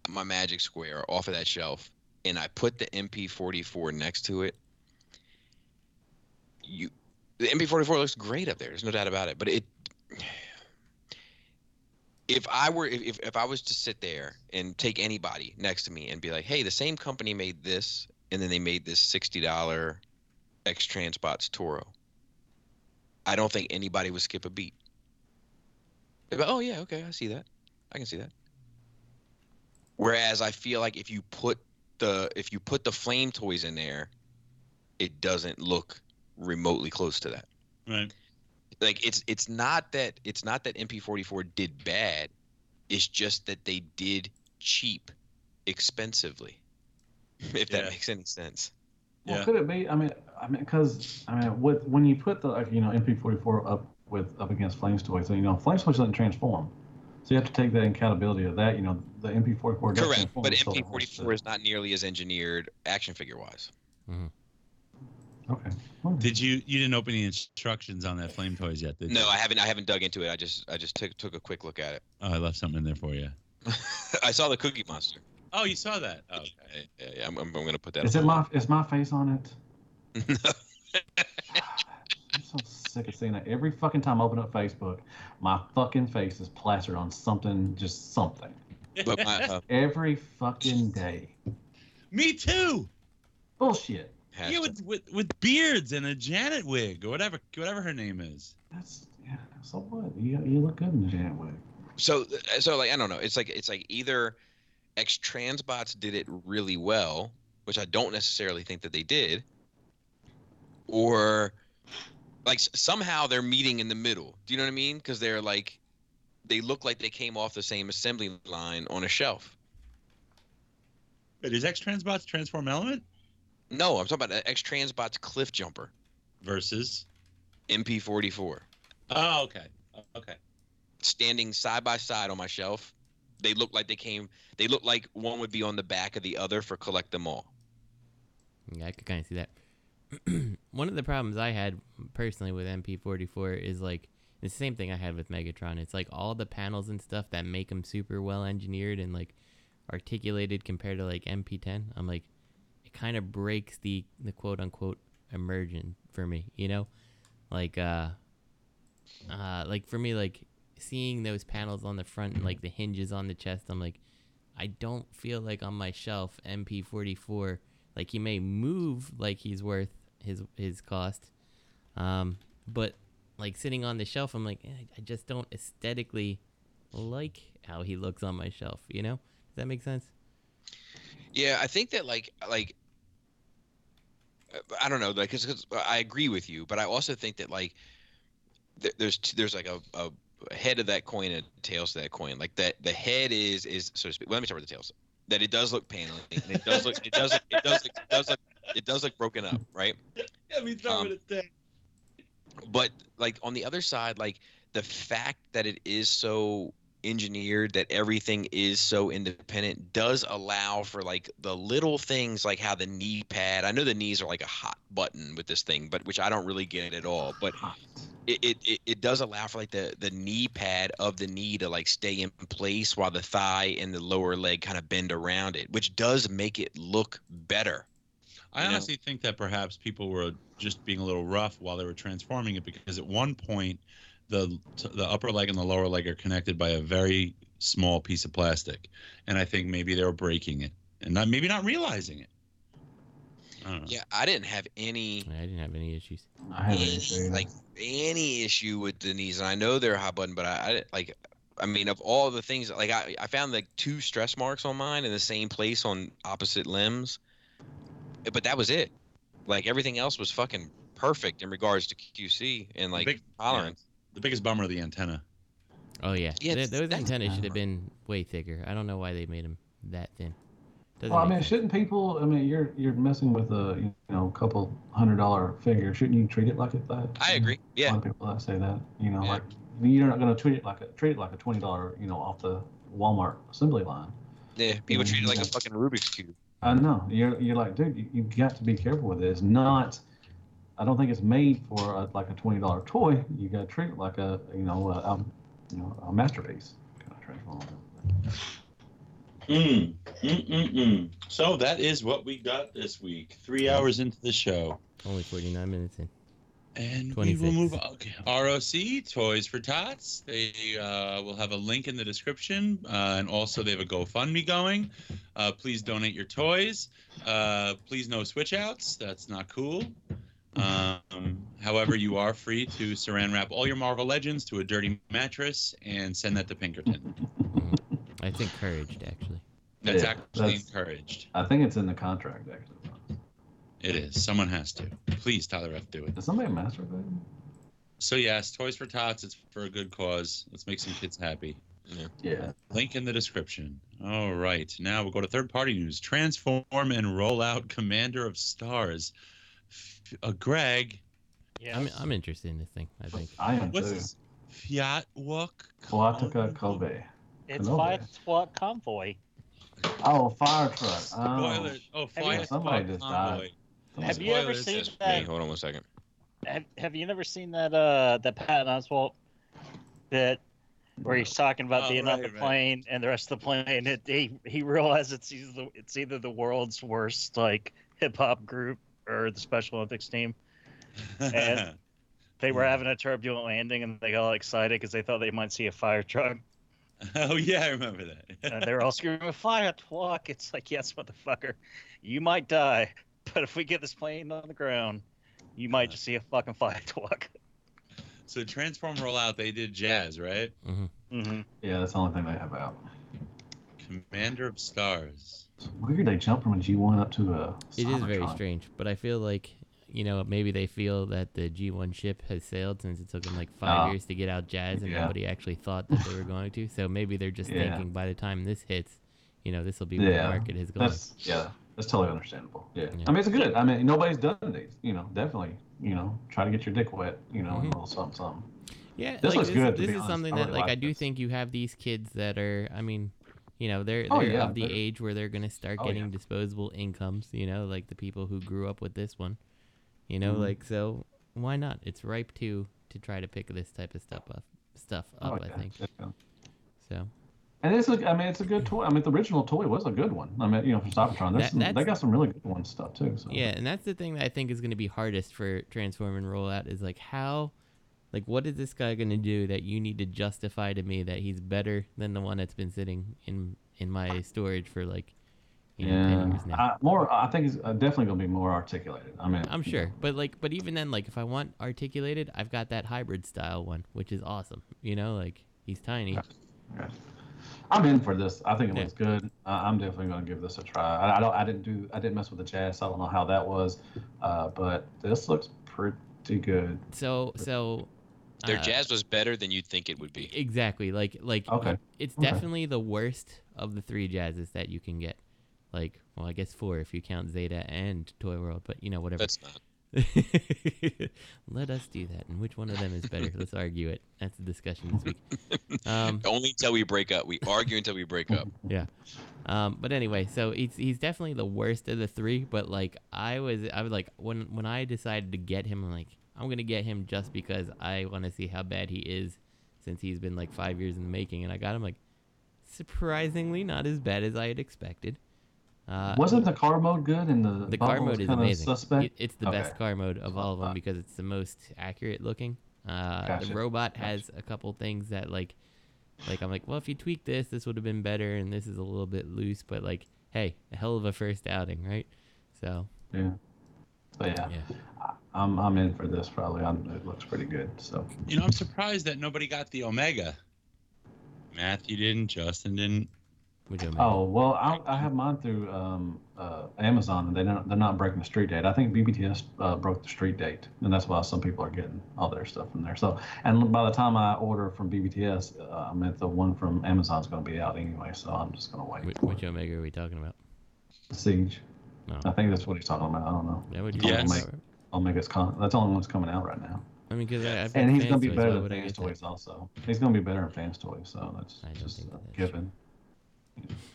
J: my Magic Square off of that shelf and I put the MP44 next to it, you, the MP44 looks great up there. There's no doubt about it. But it, if I were if, if- if I was to sit there and take anybody next to me and be like, hey, the same company made this and then they made this sixty dollar X Transbots Toro. I don't think anybody would skip a beat. They'd be like, oh yeah, okay, I see that. I can see that. Whereas I feel like if you put the if you put the flame toys in there, it doesn't look remotely close to that
H: Right.
J: like it's it's not that it's not that MP44 did bad. It's just that they did cheap expensively, if that makes any sense.
K: Well, could it be? I mean, I mean, because I mean, with when you put the like, you know MP44 up with up against flame switch, so you know flame switch doesn't transform, so you have to take that accountability of that. You know, the MP44 does
J: Correct,
K: transform,
J: but
K: so-
J: MP44 is not nearly as engineered action figure wise.
K: Okay.
H: Did you you didn't open any instructions on that flame toys yet? Did
J: No,
H: you?
J: I haven't. I haven't dug into it. I just I just took took a quick look at it.
H: Oh, I left something in there for you.
J: I saw the Cookie Monster.
H: Oh, you saw that. Oh,
J: okay. Yeah, yeah, I'm, I'm, I'm gonna put that.
K: Is
J: up.
K: it my is my face on it? I'm so sick of seeing that. Every fucking time I open up Facebook, my fucking face is plastered on something, just something.
J: But my, uh,
K: Every fucking day.
H: Me too.
K: Bullshit.
H: Yeah, with, with with beards and a Janet wig or whatever whatever her name is.
K: That's yeah. So what? You, you look good in the Janet wig.
J: So so like I don't know. It's like it's like either X Transbots did it really well, which I don't necessarily think that they did, or like s- somehow they're meeting in the middle. Do you know what I mean? Because they're like they look like they came off the same assembly line on a shelf.
H: Wait, is X Transbots Transform Element
J: No, I'm talking about X Transbots Cliff Jumper
H: versus
J: MP44.
H: Oh, okay. Okay.
J: standing side by side on my shelf. They look like they came. They look like one would be on the back of the other for collect them all.
I: Yeah, I could kind of see that. One of the problems I had personally with MP44 is like the same thing I had with Megatron. It's like all the panels and stuff that make them super well engineered and like articulated compared to like MP10. I'm like, it kind of breaks the the quote unquote immersion for me, you know, like uh, uh, like for me, like seeing those panels on the front and like the hinges on the chest, I'm like, I don't feel like on my shelf MP44 like he may move like he's worth his his cost, um, but like sitting on the shelf, I'm like eh, I just don't aesthetically like how he looks on my shelf. You know, does that make sense?
J: Yeah, I think that like like uh, I don't know, like because I agree with you, but I also think that like th- there's t- there's like a, a a head of that coin and a tails to that coin. Like that the head is is so to speak. Well, let me start with the tails. That it does look paneling. and It does look. It does. Look, it does. Look, it does look. It does look broken up, right?
H: Let me
J: throw it
H: at that.
J: but like on the other side like the fact that it is so engineered that everything is so independent does allow for like the little things like how the knee pad i know the knees are like a hot button with this thing but which i don't really get at all but it, it, it, it does allow for like the the knee pad of the knee to like stay in place while the thigh and the lower leg kind of bend around it which does make it look better
H: I
J: You know?
H: honestly think that perhaps people were just being a little rough while they were transforming it because at one point the the upper leg and the lower leg are connected by a very small piece of plastic, and I think maybe they were breaking it and not, maybe not realizing it. I don't know.
J: yeah i didn't have any
I: I didn't have any issues.
K: I have an
J: any,
K: issue, yeah.
J: like any issue with the knees, and I know they're a hot button, but I, I like, I mean, of all the things, like I, I found like two stress marks on mine in the same place on opposite limbs, but that was it. Like everything else was fucking perfect in regards to QC and like
H: big-
J: tolerance.
H: The biggest bummer of the antenna.
I: Oh yeah,
J: Yeah,
I: Th-
J: it's-
I: those
J: that's
I: antennas
J: the
I: should have been way thicker. I don't know why they made them that thin. Doesn't
K: well, I
I: make
K: mean,
I: sense.
K: shouldn't people? I mean, you're you're messing with a you know couple hundred dollar figure. Shouldn't you treat it like it that?
J: I agree.
K: A lot
J: Yeah,
K: of people that say that. You know, like you're not going to treat it like a treat it like a twenty dollar you know off the Walmart assembly line.
J: yeah. People treat it like a fucking Rubik's cube.
K: I know. You're you're like, dude, you, you got to be careful with this. Not. I don't think it's made for a, like a twenty dollar toy. You got to treat it like a you know a, um you know a masterpiece. Kind of transform.
H: Mm, mm, mm, mm. So that is what we got this week. Three hours into the show,
I: Only 49 minutes in.
H: and we
I: 26.
H: will move. Okay. ROC Toys for Tots. They uh, will have a link in the description, uh, and also they have a GoFundMe going. Uh, please donate your toys. Uh, please no switch outs. That's not cool. Um, however, you are free to saran wrap all your Marvel Legends to a dirty mattress and send that to Pinkerton.
I: It's encouraged actually.
H: That's
K: Yeah,
H: actually
K: that's-
H: encouraged.
K: I think it's in the contract actually.
H: It is. Someone has to. Please, Tyler F. Do it.
K: Does somebody masturbate?
H: So yes, Toys for Tots. It's for a good cause. Let's make some kids happy.
K: Yeah.
H: Link in the description. All right. Now we'll go to third party news. Transform and roll out Commander of Stars. F- Uh, Greg.
I: I'm, I'm interested in this thing. I think.
K: I am
H: What's
K: too.
H: this? Fiat Walk?
K: Kalataka Kobe.
B: It's
K: Kobe.
B: five what convoy.
K: Oh, fire truck. Oh.
B: Spoilers.
H: Oh,
B: Have you-
K: Yeah, somebody just died.
B: Have you ever
J: Spoilers.
B: seen
J: That's me.
B: that?
J: Hold on one second.
B: Have, have you never seen that uh that Patton Oswalt that where he's talking about
H: Oh,
B: being on
H: right,
B: the
H: right.
B: plane and the rest of the plane it, he he realized it's either the, it's either the world's worst like hip hop group or the Special Olympics team and they
H: Hmm.
B: were having a turbulent landing and they got all excited because they thought they might see a fire truck
H: oh yeah, I remember that.
B: and they were all screaming fire truck it's like yes motherfucker you might die but if we get this plane on the ground you might just see a fucking fire truck.
H: so Transform rollout, they did jazz, right?
B: Mm-hmm.
K: Oh. Yeah, that's the only thing they have out.
H: Commander of Stars.
K: Weird, they jumped from a G1 up to a.
I: It is very
K: Cybertron.
I: strange, but I feel like you know maybe they feel that the G1 ship has sailed since it took them like five
K: Ah.
I: years to get out Jazz, and
K: Yeah.
I: nobody actually thought that they were going to. So maybe they're just
K: Yeah.
I: thinking by the time this hits, you know, this will be where the market has gone.
K: That's, yeah, that's totally understandable. Yeah.
I: Yeah.
K: I mean, it's good. I mean, nobody's done these. You know, definitely. You know, try to get your dick wet. You
I: Mm-hmm.
K: know, and a little something, something.
I: Yeah,
K: This
I: like,
K: looks
I: this,
K: good, to
I: This
K: be
I: is
K: honest.
I: something
K: I
I: that,
K: really
I: like, I
K: like
I: do think you have these kids that are. I mean, you know, they're they're
K: Oh, yeah,
I: of the
K: they're-
I: age where they're gonna start
K: Oh,
I: getting disposable incomes. You know, like the people who grew up with this one. You know,
K: Mhm.
I: like so, why not? It's ripe to to try to pick this type of stuff up. Stuff
K: Oh,
I: up,
K: yeah,
I: I think.
K: definitely.
I: So
K: And it's a, I mean, it's a good toy. I mean, the original toy was a good one. I mean, you know, for Cybertron,
I: That-
K: there's some, they
I: that's-
K: got some really good one stuff too. So.
I: yeah, and that's the thing that I think is gonna be hardest for transform and rollout is like how. Like, what is this guy gonna do that you need to justify to me that he's better than the one that's been sitting in in my storage for like, you know, ten
K: Yeah,
I: years now?
K: I, more. I think it's uh, definitely going to be more articulated. I mean,
I: I'm sure, but like, but even then, like, if I want articulated, I've got that hybrid style one, which is awesome. You know, like he's tiny.
K: I'm in for this. I think it
I: Yeah.
K: looks good. I, I'm definitely going to give this a try. I, I don't. I didn't do. I didn't mess with the jazz. So I don't know how that was, uh, but this looks pretty good.
I: So, so
J: Their
I: uh,
J: jazz was better than you'd think it would be.
I: exactly like like
K: Okay.
I: it's
K: Okay.
I: definitely the worst of the three jazzes that you can get. Like, well, I guess four if you count Zeta and Toy World, but you know whatever.
J: That's not.
I: Let us do that, and which one of them is better? Let's argue it. That's the discussion this week. Um,
J: Only until we break up. We argue until we break up.
I: Yeah. Um, but anyway, so he's he's definitely the worst of the three. But like I was, I was like when when I decided to get him, I'm like I'm gonna get him just because I want to see how bad he is, since he's been like five years in the making, and I got him like surprisingly not as bad as I had expected. Uh,
K: Wasn't the car mode good? And the
I: the car
K: bubble
I: mode
K: was
I: is
K: kinda
I: amazing.
K: Suspect.
I: It- it's the
K: Okay. Uh,
I: best car mode of all of them because it's the most accurate looking. Uh, The
K: Gotcha.
I: robot has a couple things that like, like I'm like, well, if you tweak this, this would have been better, and this is a little bit loose, but like, hey, a hell of a first outing, right? So
K: Yeah. But yeah,
I: yeah,
K: I'm I'm in for this. Probably. I'm, it looks pretty good. So.
H: You know, I'm surprised that nobody got the Omega. Matthew didn't, Justin didn't.
I: would you
K: Oh well, I, I have mine through um, uh, Amazon, and they don't, they're not breaking the street date. I think BBTS uh, broke the street date, and that's why some people are getting all their stuff from there. So, and by the time I order from BBTS, uh, I meant the one from Amazon's going to be out anyway. So I'm just going to wait.
I: which, which Omega are we talking about?
K: Siege.
I: No.
K: I think that's what he's talking about. I don't know.
I: That would
H: Yes.
K: Omega's con. That's the only one's coming out right now.
I: I mean, because I've got
K: And he's
I: fans
K: going to be
I: toys,
K: better
I: why
K: than
I: would I
K: Fans
I: get that?
K: Toys also. He's going to be better than Fans Toys. So that's
I: I don't
K: just
I: think
K: a
I: that's-
K: given.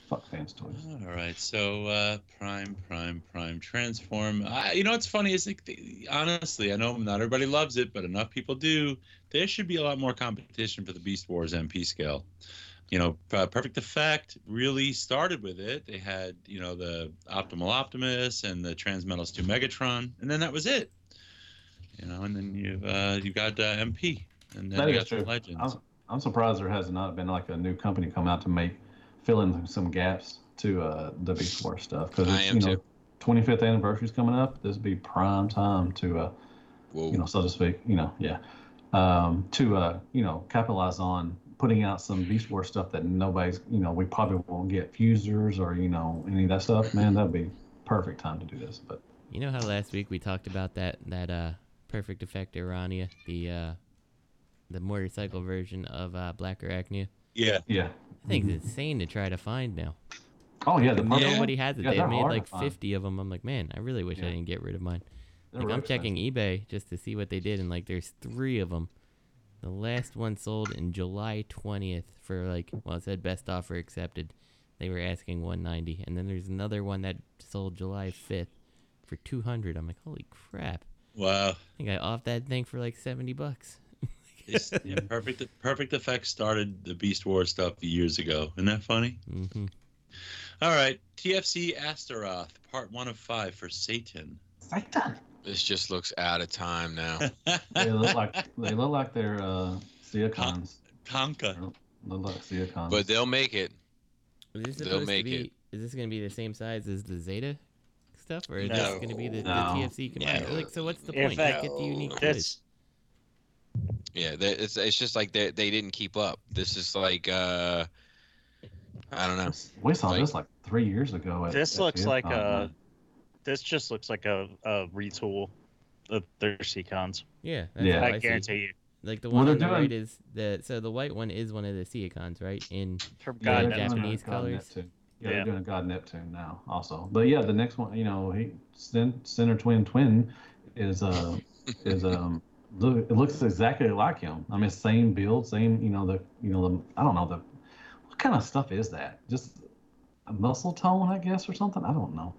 K: Fuck Fans Toys.
H: All right, so uh, Prime, Prime, Prime, Transform. I, you know what's funny is like, the, honestly, I know not everybody loves it, but enough people do. There should be a lot more competition for the Beast Wars MP scale. You know, uh, Perfect Effect really started with it. They had you know the Optimal Optimus and the Transmetals Two Megatron, and then that was it. You know, and then you've uh, you got uh, MP, and then
K: That
H: you
K: is
H: got some
K: true. Oh.
H: Legends.
K: I'm, I'm surprised there has not been like a new company come out to make fill in some gaps to uh, the Beast Wars stuff because
J: I
K: you
J: am
K: know
J: too.
K: 25th anniversary's coming up. This would be prime time to uh,
J: Whoa.
K: you know so to speak you know yeah um, to uh, you know capitalize on putting out some Beast Wars stuff that nobody's you know we probably won't get fusers or you know any of that stuff. Man, that'd be perfect time to do this. But
I: You know how last week we talked about that that uh perfect effect Irania, the uh the motorcycle version of uh Black Arachnia?
H: Yeah.
K: Yeah.
I: I think it's insane to try to find now.
K: Oh, Mm-hmm. yeah, the
I: Like,
K: purple
I: nobody
K: one?
I: has it.
K: Yeah,
I: they
K: they're
I: made
K: hard to
I: like
K: find.
I: 50 of them. I'm like, man, I really wish I didn't get rid of mine.
K: They're
I: Like,
K: really
I: I'm checking eBay just to see what they did, and like, there's three of them. The last one sold in July 20th for like, well, it said best offer accepted. They were asking 190, and then there's another one that sold July 5th for 200. I'm like, holy crap!
H: Wow. I
I: think I off that thing for like 70 bucks.
H: It's, yeah, perfect. Perfect Effects started the Beast Wars stuff years ago. Isn't that funny?
I: Mm-hmm.
H: All right, TFC Astaroth, part one of five for Satan.
J: This just looks out of time now.
K: They look like they look like they're uh, Seacons.
H: Tonka.
K: They look like Seacons.
J: But they'll make it.
I: Is this
J: They'll
I: supposed to
J: make
I: be?
J: it.
I: Is this going to be the same size as the Zeta stuff, or is this
J: No.
I: going to be the, the
J: No.
I: TFC commander?
J: No.
I: Like, so what's the
J: In
I: point? You
J: fact,
I: get the unique
J: this- Yeah, they, it's it's just like they they didn't keep up. This is like uh, I don't know.
K: we saw this like three years ago. At,
B: This
K: at
B: looks like uh,
K: FearCon.
B: a. This just looks like a, a retool of their Seacons.
I: Yeah,
K: Yeah.
I: all
B: I
I: see.
B: guarantee you.
I: Like the
B: Well,
I: one
B: they're
I: on the right
B: doing-
I: is the so the white one is one of the Seacons, right? In
B: From
I: the
K: they're doing uh,
I: Japanese
K: God
I: colors.
K: Neptune. Yeah, they're
I: Yeah.
K: doing God Neptune now also. But yeah, the next one, you know, he Sin, Sinner Twin Twin is uh is um look, it looks exactly like him. I mean, same build, same you know the you know the I don't know the what kind of stuff is that? Just a muscle tone, I guess, or something. I don't know.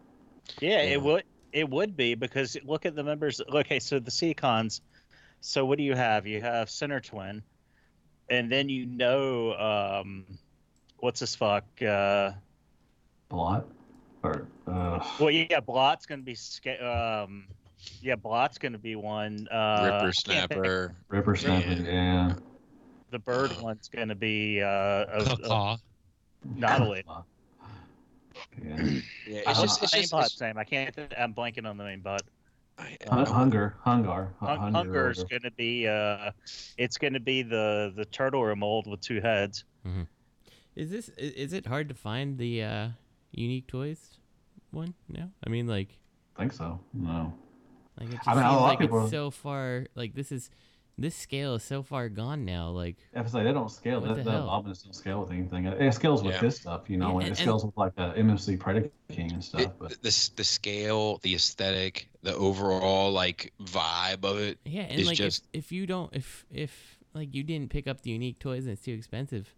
B: Yeah, it would it would be because look at the members. Okay, so the Seacons. So what do you have? You have Center Twin, and then you know um, what's his fuck. Uh,
K: Blot or uh,
B: well, yeah, Blot's gonna be. Sca- um, yeah, Blot's gonna be one. Uh, I
J: Ripper
B: can't think-
J: Snapper.
K: Ripper Snapper. Yeah.
B: The bird one's gonna be uh,
K: Oh,
B: a, a
H: Caw.
B: Nautilus.
K: Yeah.
J: Yeah,
B: it's
K: Uh-huh.
J: it's just it's
B: the main
J: just
B: bot's
J: it's,
B: name. I can't. think- I'm blanking on the main bot.
K: Hun- hunger, hunger,
B: Hun-
K: hunger.
B: Hunger's going to be uh, it's going to be the the turtle remold with two heads.
I: Is this i- is it hard to find the uh, unique toys one now? I mean, like
K: I think so. No.
I: like it just
K: I mean, a
I: seems
K: lot
I: like
K: of people-
I: it's so far. Like this is this scale is so far gone now. Like
K: I have to say they don't scale.
I: What
K: That,
I: the
K: that
I: hell?
K: Ominous don't scale with anything. It scales with
J: Yeah.
K: this stuff, you know.
I: Yeah,
K: it
I: and-
K: scales with like a MFC Predator King and stuff. But
J: the s- the scale, the aesthetic, the overall like vibe of it.
I: Yeah, and
J: is
I: like
J: just
I: if, if you don't if if like you didn't pick up the unique toys and it's too expensive,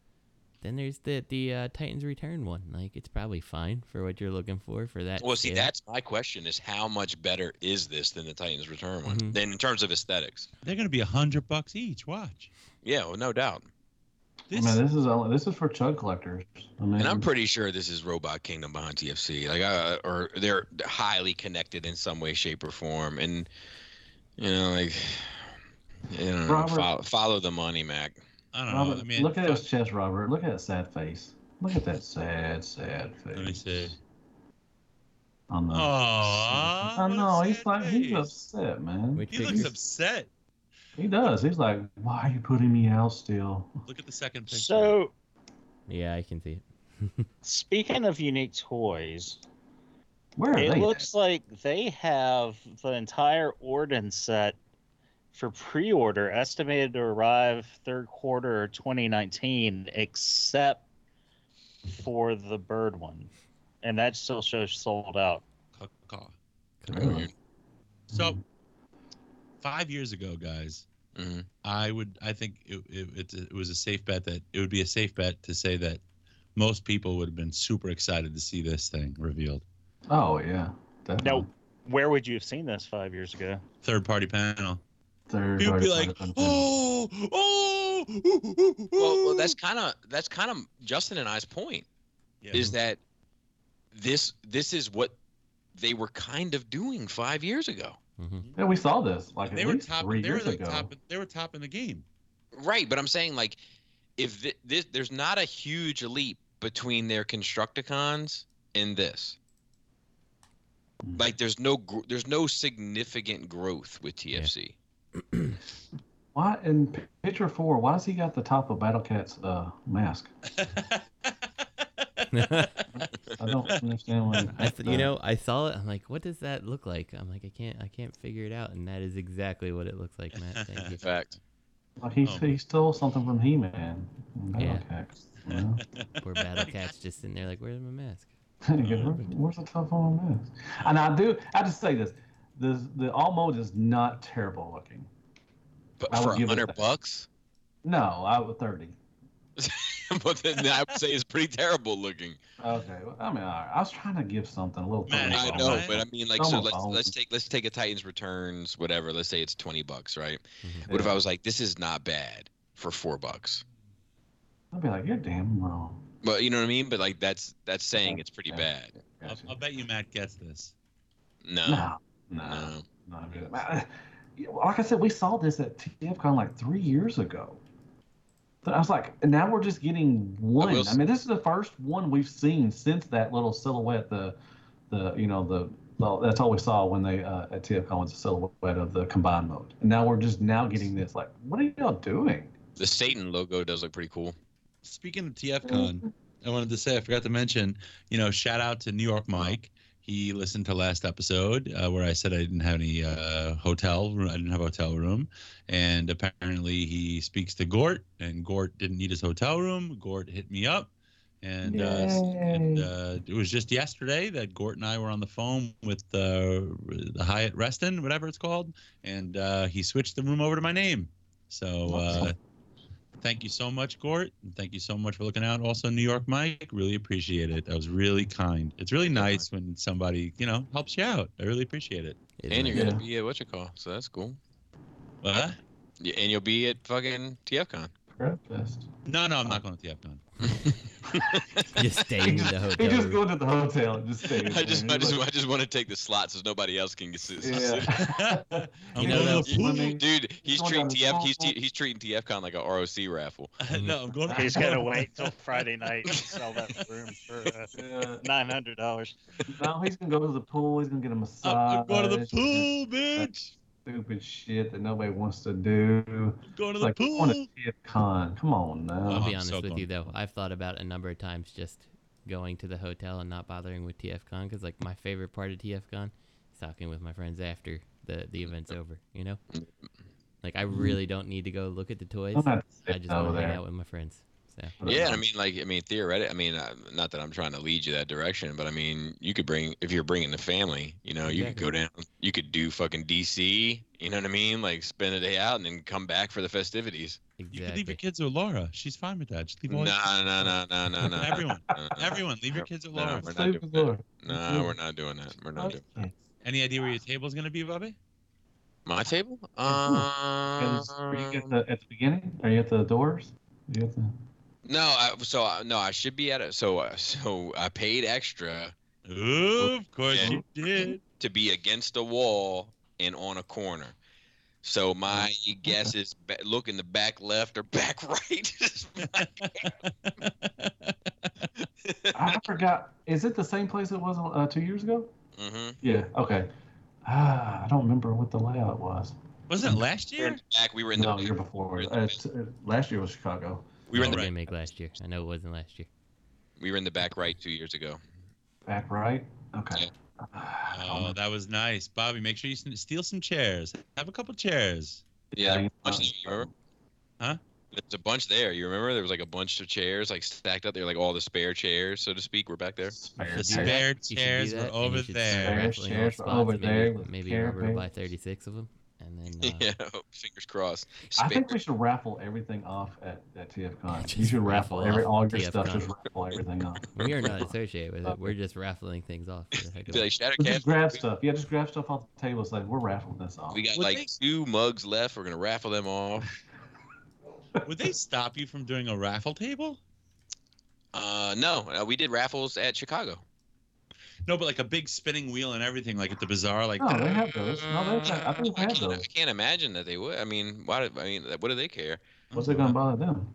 I: then there's the the uh, Titans Return one. Like it's probably fine for what you're looking for for that.
J: well, see,
I: scale.
J: that's my question: is how much better is this than the Titans Return one?
K: Mm-hmm.
I: Mhm.
J: Then in terms of aesthetics,
H: They're gonna be a hundred bucks each. Watch.
J: yeah, well, no doubt.
K: I mean, this is only, this is for chug collectors. I mean,
J: And I'm pretty sure this is Robot Kingdom behind TFC, like, uh, or they're highly connected in some way, shape, or form. And you know, like, you know,
K: Robert-
J: follow, follow the money, Mac.
H: I don't
K: Robert,
H: know. I mean, uh,
K: look at his chest, Robert. Look at that sad face. Look at that sad, sad face.
H: let me see.
K: On the,
H: Aw,
K: I
H: what a
K: know Oh, he's
H: sad
K: like he's
H: face.
K: upset, man.
I: Which
H: He looks upset.
K: He does. He's like, why are you putting me out still?
H: Look at the second picture.
B: So
I: yeah, I can see it.
B: speaking of unique toys,
K: Where are
B: it
K: they?
B: looks like they have the entire Orden set for pre-order estimated to arrive third quarter of 2019 except for the bird one and that still shows sold out
H: Caw-caw.
K: Really?
H: So, five years ago, guys,
J: Mhm.
H: I would. I think it, it, it's a- it was a safe bet that it would be a safe bet to say that most people would have been super excited to see this thing revealed.
K: Oh yeah, definitely.
B: now where would you have seen this five years ago
H: Third party panel.
K: Third
H: People would be
K: party
H: like,
K: content.
H: oh, oh.
J: Well, well, that's kind of that's kind of Justin and I's point
H: Yeah.
J: is that this this is what they were kind of doing five years ago,
I: Mm-hmm.
K: yeah, we saw this like
H: they
K: at
H: were
K: least
H: top.
K: three
H: They were
K: years
H: like
K: ago.
H: top. They were top in the game.
J: right? But I'm saying like if thi- this there's not a huge leap between their Constructicons and this.
K: Mm-hmm.
J: Like there's no gr- there's no significant growth with TFC.
K: Why in p- picture four? Why's he got the top of Battle Cat's uh, mask? I don't understand why.
I: I th-
J: Uh-huh.
I: you know, I saw it. I'm like, what does that look like? I'm like, I can't, I can't figure it out, and that is exactly what it looks like, Matt. Thank you.
J: Fact.
K: Like he, he stole something from He Man.
I: Yeah.
K: You
I: Poor Battle Cat's just sitting there like, where's my mask?
K: Where- Where's the tough one on this? And I do. I just say this: this the Almost is not terrible looking.
J: But
K: I would
J: for
K: give it
J: hundred
K: that.
J: bucks,
K: No, I would thirty.
J: but then I would say it's pretty terrible looking.
K: Okay, well, I mean, all right. I was trying to give something a little.
J: I
K: something.
J: know, but I mean, like, so
K: Almost
J: let's
K: all.
J: let's take let's take a Titans returns, whatever. Let's say it's twenty bucks, right? What if I was like, this is not bad for four bucks?
K: I'd be like, you're damn wrong.
J: But you know what I mean? But like, that's that's saying it's pretty bad.
H: I'll, I'll bet you Matt gets this.
J: No,
K: no, Like I said, we saw this at TFCon like three years ago. But I was like, and now we're just getting one.
J: will s-
K: I mean, this is the first one we've seen since that little silhouette. The, the you know the. Well, that's all we saw when they uh, at TFCon was a silhouette of the combined mode. And now we're just now getting this. Like, what are y'all doing?
J: The Satan logo does look pretty cool.
H: Speaking of TFCon, I wanted to say I forgot to mention. You know, shout out to New York Mike. He listened to last episode uh, where I said I didn't have any uh, hotel. Room. I didn't have a hotel room, and apparently he speaks to Gort, and Gort didn't need his hotel room. Gort hit me up, and, uh, s- and uh, it was just yesterday that Gort and I were on the phone with uh, the Hyatt Reston, whatever it's called, and uh, he switched the room over to my name. So. Uh, Thank you so much, Gort. And thank you so much for looking out. Also, New York Mike, really appreciate it. That was really kind. It's really nice when somebody, you know, helps you out. I really appreciate it.
J: and you're gonna be at what you call, so that's cool.
H: What?
J: Yeah, and you'll be at fucking TFCon.
H: No, no, I'm not going to TFCon.
I: Just stay in the hotel.
K: He just
I: room.
K: go to the hotel and just stay.
J: I just, I just, I just want to take the slots so nobody else can get. sit-
K: Yeah.
I: You know those-
J: Dude, he's
B: Going down
J: treating
B: the
J: TF, he's,
B: hall.
J: t- he's treating TFCon like a ROC raffle.
H: no, I'm going.
B: He's gotta wait till Friday night and sell that room for
K: uh,
B: nine hundred dollars.
K: No, he's gonna go to the pool. He's gonna get a massage.
H: going
K: Uh,
H: to the pool, bitch.
K: Stupid shit that nobody wants to do.
H: Going
I: to the
K: like, I wanna
I: pool.
K: see a con. Come on now.
I: I'll be honest with you though. I've thought about a number of times just going to the hotel and not bothering with TFCon because like my favorite part of TFCon is talking with my friends after the the event's over. You know, like I
H: Mm-hmm.
I: really don't need to go look at the toys.
K: I'm
I: I
K: not sick
I: just
K: over
I: want to hang
K: there.
I: out with my friends. So
J: Yeah, I
H: um,
J: mean, like, I mean, theoretically, I mean, uh, not that I'm trying to lead you that direction, but I mean, you could bring if you're bringing the family, you know, you could go down, you could do fucking DC, you know what I mean? Like, spend a day out and then come back for the festivities.
H: You could leave your kids with Laura. She's fine with that. Just leave all
J: No,
H: your-
J: no, no, no, no, no.
H: Everyone,
J: No, no, no.
H: everyone, leave your kids with
J: No,
H: Laura.
J: we're not doing that. No, we're not doing that. We're not doing.
H: Any idea where your table's going to be, Bobby?
J: My table? Um,
K: Is- Are you at the, at the beginning? Are you at the doors? Are you at the...
J: no, I, so I, no, I should be at it. So, uh, so I paid extra.
H: Ooh, of course you did.
J: To be against the wall and on a corner. So my
K: Mm.
J: guess is ba- look in the back left or back right.
K: I forgot. Is it the same place it was uh, two years ago?
J: mm-hmm.
K: Yeah. Okay. Ah, I don't remember what the layout was.
H: Wasn't it last
J: year? Back, we were in the
K: No, year before. Uh, t- uh, last year was Chicago.
J: We were in
I: What
J: the
I: did they make
J: back,
I: last year? I know it wasn't last year.
J: we were in the back right two years ago.
K: Back right. Okay. Ah,
J: Uh,
H: Oh, that was nice, Bobby. Make sure you s- steal some chairs. Have a couple chairs.
J: Yeah, there was a bunch there, you remember?
H: Huh?
J: There's a bunch there. You remember? There was like a bunch of chairs, like stacked up there, like all the spare chairs, so to speak. We're back there.
H: The spare chairs were over there.
I: Wrestling all spots, maybe, Maybe Robert will buy 36 of them, and then uh,
J: yeah, Oh, fingers crossed.
K: I
J: Spare.
K: think we should raffle everything off at, at TFCon. You
I: Just
K: should raffle
I: raffle
K: every
I: off
K: all your
I: TFCon.
K: stuff. Just raffle everything off.
I: we are not associated with it. We're just raffling things off. for the heck of
J: Be
I: it.
J: like, Shattercast,
K: Just grab stuff. Yeah, just grab stuff off the table. It's like we're raffling this off.
J: we got like two mugs left. We're gonna raffle them off.
H: Would they stop you from doing a raffle table?
J: Uh, no, uh, we did raffles at Chicago.
H: No, but like a big spinning wheel and everything, like at the bazaar, like.
K: No, Oh, they have those. No, they have. I think they have
J: I
K: those.
J: can't imagine that they would. I mean, why? do- I mean, what do they care?
K: What's it gonna bother them?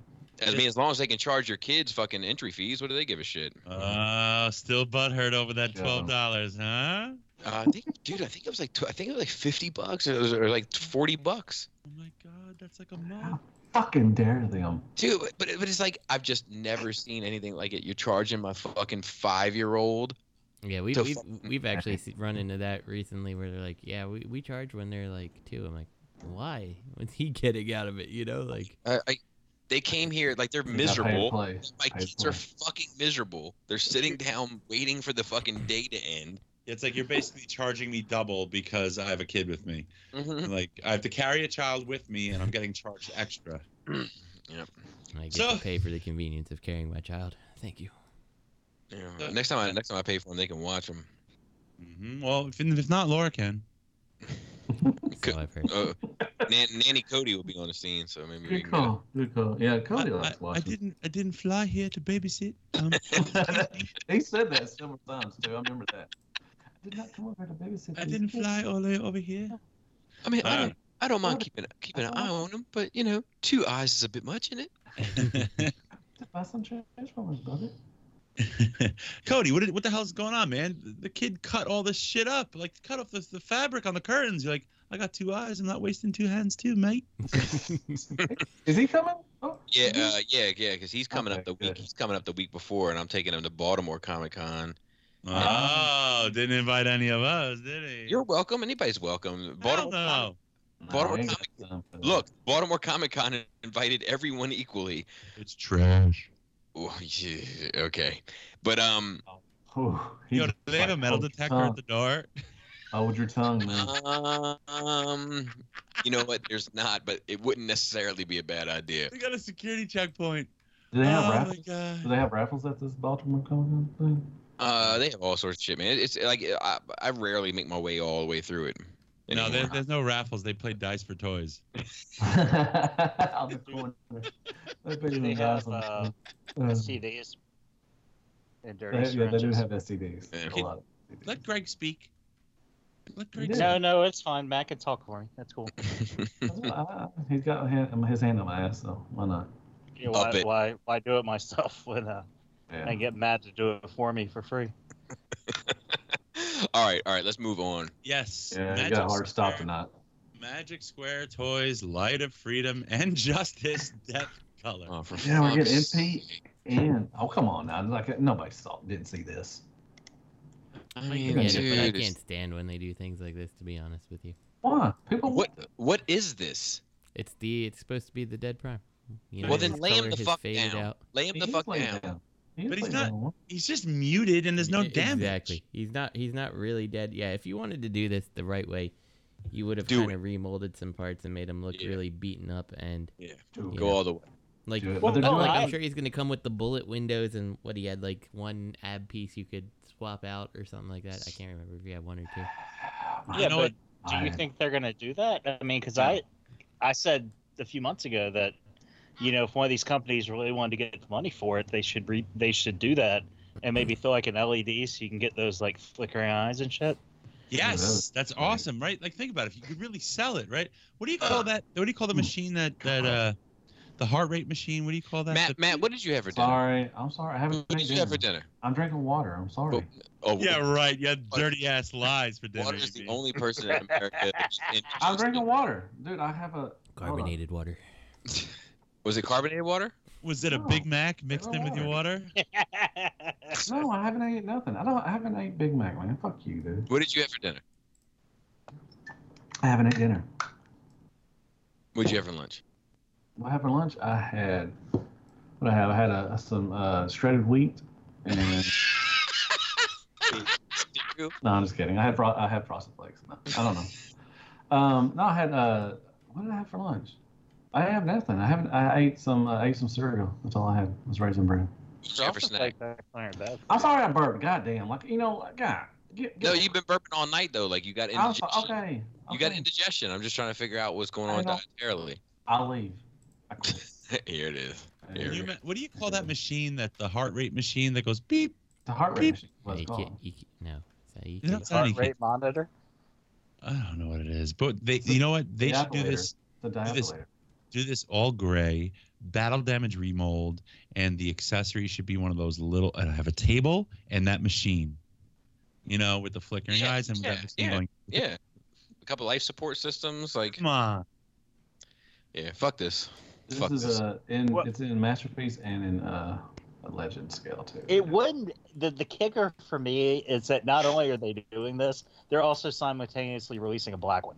J: I mean, as long as they can charge your kids fucking entry fees, what do they give a shit?
H: Uh, still butthurt over that
J: Yeah.
H: twelve dollars, huh?
J: Uh, I think, dude, I think it was like, tw- I think it was like fifty bucks or, or like forty bucks.
H: Oh God, that's like a mug.
K: Fucking dare them.
J: Dude, but, but but it's like I've just never seen anything like it. You're charging my fucking five year old.
I: Yeah, we've,
J: to
I: we've,
J: fucking-
I: we've actually se- run into that recently where they're like, yeah, we, we charge when they're like two. I'm like, why? What's he getting out of it? You know, like
J: I, I, they came here like they're
I: You got paid
J: miserable.
I: play.
J: My
I: Paid
J: kids
I: play.
J: are fucking miserable. They're sitting down waiting for the fucking day to end.
H: It's like you're basically charging me double because I have a kid with me.
I: Mm-hmm.
K: Mm.
H: Like I have to carry a child with me, and I'm getting charged extra.
J: yep.
I: I get
H: So-
I: to pay for the convenience of carrying my child. Thank you.
J: Yeah. Next time, I, next time I pay for them, they can watch them.
H: Mhm. Well, if, if not, Laura can.
J: Co- uh, Nan- Nanny Cody will be on the scene, so maybe we
K: Good
J: can
K: call. Good call. Yeah, Cody
H: I-
K: likes
H: I- I
K: watching.
H: didn't. I didn't fly here to babysit. Um,
K: he said that several times too. I remember that. I did not come over to babysit.
H: I
K: these
H: didn't
K: kids.
H: fly all the way over here.
J: I mean, I
H: Uh.
J: don't, I don't mind keeping keeping an eye on them, but you know, two eyes is a bit much, isn't it?
K: Buy some Transformers, brother.
H: Cody, what, what the hell's going on, man? The kid cut all this shit up. Like, cut off the, the fabric on the curtains. You're like, I got two eyes. I'm not wasting two hands, too, mate.
K: Is he coming? Oh,
J: Yeah, uh, yeah, yeah. Because he's coming up the week. He's coming up the week before, and I'm taking him to Baltimore Comic Con.
H: Oh, didn't invite any of us, did he?
J: You're welcome. Anybody's welcome. Baltimore.
H: no.
J: Baltimore
K: I ain't
J: Comic.
K: got time for that.
J: Look, Baltimore Comic Con invited everyone equally.
H: It's trash.
J: Oh, yeah, okay, but um,
K: Oh, he-
H: Yo, do they have a metal
K: hold your
H: detector
K: tongue.
H: at the door?
K: Hold your tongue, man.
J: um, you know what? There's not, but it wouldn't necessarily be a bad idea.
H: They got a security checkpoint.
K: Do they have
H: oh,
K: raffles?
H: my God.
K: Do they have raffles at this Baltimore Comic Con thing?
J: Uh, they have all sorts of shit, man. It's like I, I rarely make my way all the way through it.
H: No, there,
J: anymore.
H: there's no raffles. They play dice for toys.
K: Out the corner. They put you in
B: They
K: the
B: have
K: guys on-
B: uh,
K: uh,
B: CDs and
K: they-
B: dirty
K: yeah, they do
B: syringes.
K: have STDs. There's a lot of STDs.
H: Let Greg speak. Let Greg
K: Yeah.
H: speak.
B: No, no, it's fine. Matt can talk for me. That's cool.
K: Oh, I- I- He's got hand, his hand on my ass, so why not?
B: You know,
J: Up
B: why,
J: it.
B: why, why do it myself when uh, I
K: Yeah.
B: get Matt to do it for me for free?
J: all right, all right. Let's move on.
H: Yes.
K: Yeah, you
H: Magic
K: got a hard stop
H: Square-
K: tonight.
H: Magic Square Toys, Light of Freedom, and Justice, Death Color.
J: Oh, for
K: Yeah, we're
J: fuck's
K: getting
J: sake.
K: MP and oh come on now, like nobody saw, didn't see this.
J: I
I: I
J: mean,
I: get
J: dude,
I: it, but I
J: it's-
I: can't stand when they do things like this. To be honest with you,
K: Why people?
J: What what is this?
I: it's the it's supposed to be the dead prime. You know,
J: well, then
I: his
J: lay him
I: color
J: the
I: has
J: fuck
I: faded
J: down.
I: out.
J: Lay him
K: He
J: the
K: is
J: fuck
K: laying
J: down.
K: is
H: But he's
K: laying
H: not-
K: down.
H: He's just muted and there's no
I: E-
H: damage.
I: Exactly. He's not. He's not really dead. Yeah. If you wanted to do this the right way, you would have
J: Do
I: kind of remolded some parts and made him look
J: Yeah.
I: really beaten up and
J: Yeah.
K: Dude,
J: Go all the way.
I: like.
K: do it.
B: Well,
K: But they're
B: no,
K: doing
I: like,
K: it
I: I'm
B: I-
I: sure he's gonna come with the bullet windows and what he had like one ab piece you could swap out or something like that. I can't remember if he had one or two.
K: I
B: yeah,
H: know
B: but do you
K: fine.
B: think they're gonna do that? I mean, because I, I said a few months ago that, you know, if one of these companies really wanted to get the money for it, they should re- they should do that and maybe throw like an LED so you can get those like flickering eyes and shit.
H: Yes, that's awesome, right? Like think about it. If you could really sell it, right? What do you
K: Ah.
H: call that? What do you call
K: Hmm.
H: the machine that that uh the heart rate machine? What do you call that?
J: Matt,
H: The-
J: Matt, what did you have for dinner?
K: Sorry, I'm sorry. I haven't
J: What did
K: drank
J: you have for
K: dinner.
J: dinner?
K: I'm drinking water. I'm sorry.
J: Oh,
H: yeah, right. Yeah, dirty ass lies for dinner.
J: Water is the
H: you mean.
J: only person in America. that's interested-
K: I'm drinking water, dude. I have a hold on.
I: Carbonated water.
J: Was it carbonated water?
H: Was it a
K: No.
H: Big Mac mixed in with your water?
K: No, I haven't ate nothing. I don't. I haven't ate Big Mac, man. Fuck you, dude.
J: What did you have for dinner?
K: I haven't ate dinner.
J: What did you have for lunch?
K: What happened for lunch? I had what I have. I had a, some uh, shredded wheat, and
J: Did you?
K: no, I'm just kidding. I had fro- I had frosted flakes. No, I don't know. Um, no, I had uh, what did I have for lunch? I have nothing. I haven't. I ate some. Uh, I ate some cereal. That's all I had. Was raisin bran.
J: What did you have for snack?
K: I'm sorry I burped. Goddamn. Like you know, God. Get, get
J: No, you've been burping all night though. Like you got
K: I'm so-
J: indigestion.
K: Oh, okay. okay.
J: You got indigestion. I'm just trying to figure out what's going
K: I
J: on
K: know.
J: dietarily.
K: I'll leave. I quit.
J: Here it is.
H: Can
J: Here.
H: you ma- what do you call that machine that the heart rate machine that goes beep?
K: The heart
H: Beep.
K: rate machine
I: Yeah,
K: was
I: you
K: gone.
I: can't, you can't- no. So you
H: You know,
I: can't-
H: it's not
B: Heart
H: even-
B: rate monitor.
H: I don't know what it is, but they you know what they
K: Yeah,
H: should do this
K: The
H: this-
K: diabetes.
H: do this all gray, battle damage remold, and the accessory should be one of those little. I have a table and that machine, you know, with the flickering
J: Yeah,
H: eyes and
J: yeah,
H: that machine
J: yeah.
H: going.
J: Yeah. A couple life support systems. Like
H: Come on,
J: yeah, fuck this.
K: This
J: Fuck
K: is
J: this.
K: uh in
B: What-
K: it's in masterpiece and in uh a legend scale too.
B: It wouldn't. The, the kicker for me is that not only are they doing this, they're also simultaneously releasing a black one.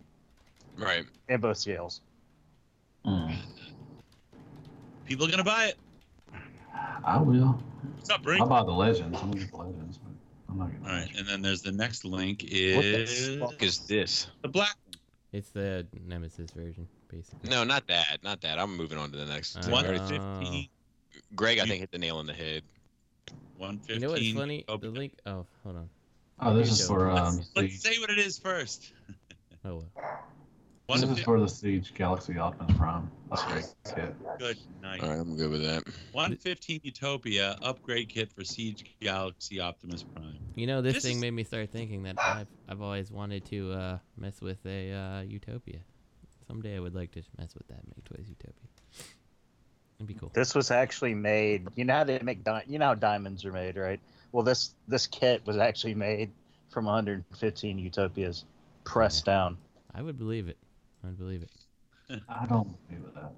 J: Right.
B: in both scales.
H: Mm. People are gonna buy it.
K: I will.
H: What's up, Brink?
K: I'll buy the legends. I'm gonna get the legends. But I'm not
H: All right, and then there's the next link
J: the
H: is
J: fuck is this?
H: the black
I: It's the Nemesis version, basically.
J: No, not that. Not that. I'm moving on to the next.
I: Uh,
H: one
I: Alright.
H: fifteen.
J: Greg, I think hit the nail on the head.
H: One
I: You know what's
H: fifteen.
I: funny? The link. Oh, hold on.
K: gonna- Oh, this is for um.
H: Let's
K: Siege.
H: say what it is first.
I: Oh, well.
K: This
H: One
K: is
H: fifteen.
K: for the Siege Galaxy Optimus Prime. That's great. That's it.
H: Good night.
J: All right, I'm good with that.
H: 115 Utopia upgrade kit for Siege Galaxy Optimus Prime.
I: You know, this,
H: This
I: thing
H: is-
I: made me start thinking that I've, I've always wanted to uh, mess with a uh, utopia. Someday I would like to mess with that Make Toys Utopia. It'd be cool.
B: This was actually made. You know how they make di- you know how diamonds are made, right? Well, this this kit was actually made from 115 utopias pressed down.
I: I would believe it. I would believe it.
K: I don't believe that.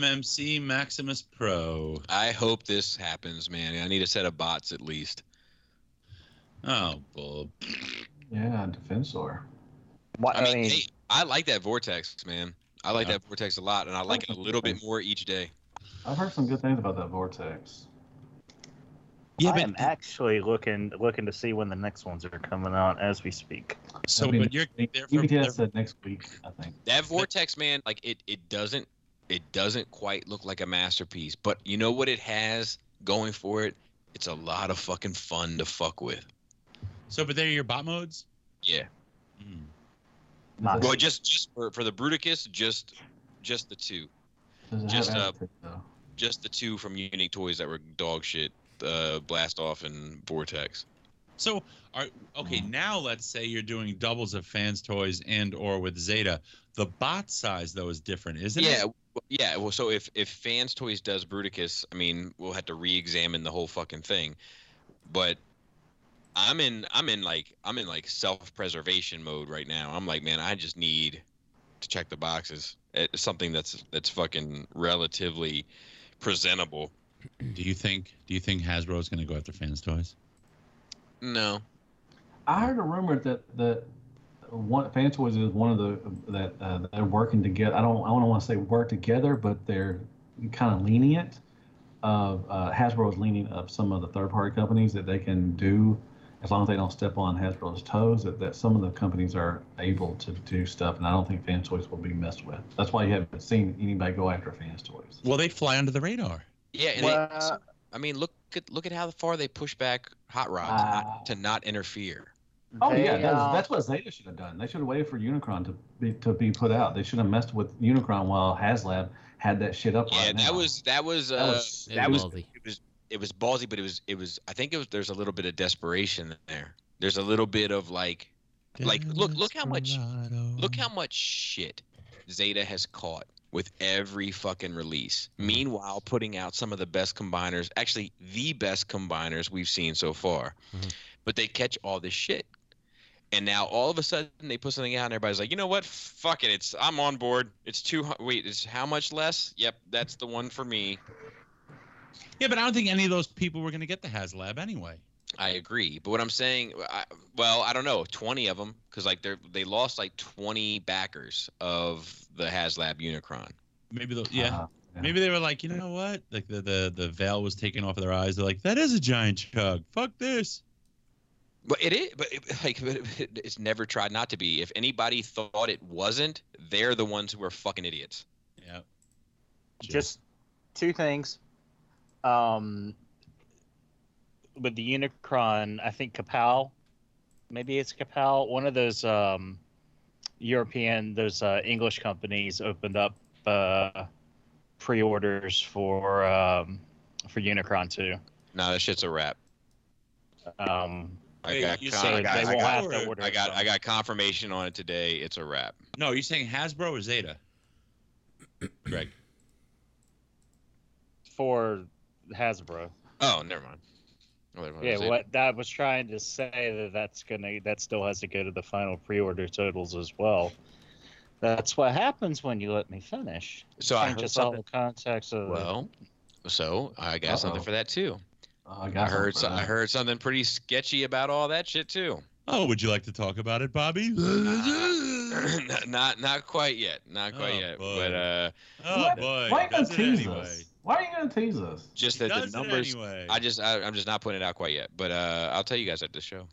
H: MMC Maximus Pro.
J: I hope this happens, man. I need a set of bots at least.
H: Oh, bull.
K: Yeah, Defensor.
B: Why,
J: I mean, hey, I like that vortex, man. I like
H: Yeah.
J: that vortex a lot, and I like it a little bit more each day.
K: I've heard some good things about that Vortex.
H: Yeah,
B: I
H: but
B: am actually looking looking to see when the next ones are coming out as we speak.
H: so,
K: I mean, E
H: but you're there for.
K: UBTS said next week, I think.
J: That vortex, man, like it, it doesn't, it doesn't quite look like a masterpiece, but you know what it has going for it? It's a lot of fucking fun to fuck with.
H: So, but they're your bot modes.
J: Yeah.
H: Mm.
B: Not-
J: Well, just just for, for the Bruticus, just just the two,
K: Does it have
J: just, uh,
K: attitude, though?
J: just the two from Unique Toys that were dog shit. Uh, blast off and vortex.
H: So, are okay. Now, let's say you're doing doubles of fans toys and or with Zeta. The bot size though is different, isn't
J: yeah,
H: it?
J: w- yeah. Well, so if if Fans Toys does Bruticus, I mean, we'll have to re-examine the whole fucking thing. But I'm in, I'm in like, I'm in like self-preservation mode right now. I'm like, man, I just need to check the boxes. It's something that's that's fucking relatively presentable.
H: Do you think? Do you think Hasbro is going to go after fans toys?
J: No,
K: I heard a rumor that that one Fantoys is one of the that uh, they're working together. I don't I don't want to say work together, but they're kind of lenient. Of uh, Hasbro is leaning up some of the third party companies that they can do as long as they don't step on Hasbro's toes. That, that some of the companies are able to do stuff, and I don't think Fantoys will be messed with. That's why you haven't seen anybody go after Fantoys.
H: Well, they fly under the radar.
J: yeah. And they, also- I mean, look at look at how far they push back Hot Rod to not-
K: Wow.
J: to not interfere.
K: Oh
B: They,
K: yeah,
B: uh,
K: that's, that's what Zeta should have done. They should have waited for Unicron to be to be put out. They should have messed with Unicron while HasLab had that shit up.
J: Yeah,
K: right
J: that
K: now.
J: was that was uh,
K: That was-
I: It
J: that was
I: ballsy.
J: it was it was ballsy, but it was it was I think it was there's a little bit of desperation there. There's a little bit of like Like, look- look how much-
H: Desperado.
J: look how much shit Zeta has caught with every fucking release. Meanwhile, putting out some of the best combiners, actually the best combiners we've seen so far.
I: Mhm.
J: But they catch all this shit. And now all of a sudden they put something out and everybody's like, "You know what? Fuck it. It's I'm on board. It's too hu- wait, it's how much less? Yep, that's the one for me."
H: Yeah, but I don't think any of those people were going to get the HasLab anyway.
J: I agree, but what I'm saying, I, well, I don't know, 20 of them, because like they are they lost like 20 backers of the HasLab Unicron.
H: Maybe the Ah, yeah.
K: Uh, yeah.
H: Maybe they were like, you know what? Like the, the the veil was taken off of their eyes. They're like, that is a giant chug. Fuck this.
J: But it is, but it, like but it- it's never tried not to be. If anybody thought it wasn't, they're the ones who are fucking idiots.
H: Yeah.
B: just two things. Um, with the Unicron, I think Kapow, maybe it's Kapow. One of those um, European, those uh, English companies opened up uh, pre-orders for um, for Unicron too.
J: No, that shit's a wrap.
B: Um,
J: I
H: Wait,
J: got,
H: you
J: con-
H: said
J: I, got,
B: they
J: I,
B: won't
J: got,
B: have to
H: or-
B: order.
J: I got
B: some.
J: I got confirmation on it today. It's a wrap.
H: No, you're saying Hasbro or Zeta? Greg.
B: for Hasbro.
J: Oh, never mind. Oh, never mind.
B: Yeah,
J: That's it.
B: what that was trying to say that that's gonna that still has to go to the final pre-order totals as well. That's what happens when you let me finish.
J: So I heard
B: Changes all the
J: something.
B: context of
J: Well, so I got something
K: Uh-oh.
J: for that too.
K: Uh, got
J: I heard so,
K: something for
J: I
K: that.
J: heard something pretty sketchy about all that shit too.
H: Oh, would you like to talk about it, Bobby?
J: not not quite yet. Not quite
K: Oh,
J: yet. But uh,
H: Oh,
K: What? Why are you gonna tease us? Why are you gonna tease us?
J: just
K: He
J: that the
K: does it
J: numbers.
K: anyway.
J: I just I, I'm just not putting it out quite yet. But uh, I'll tell you guys at the show.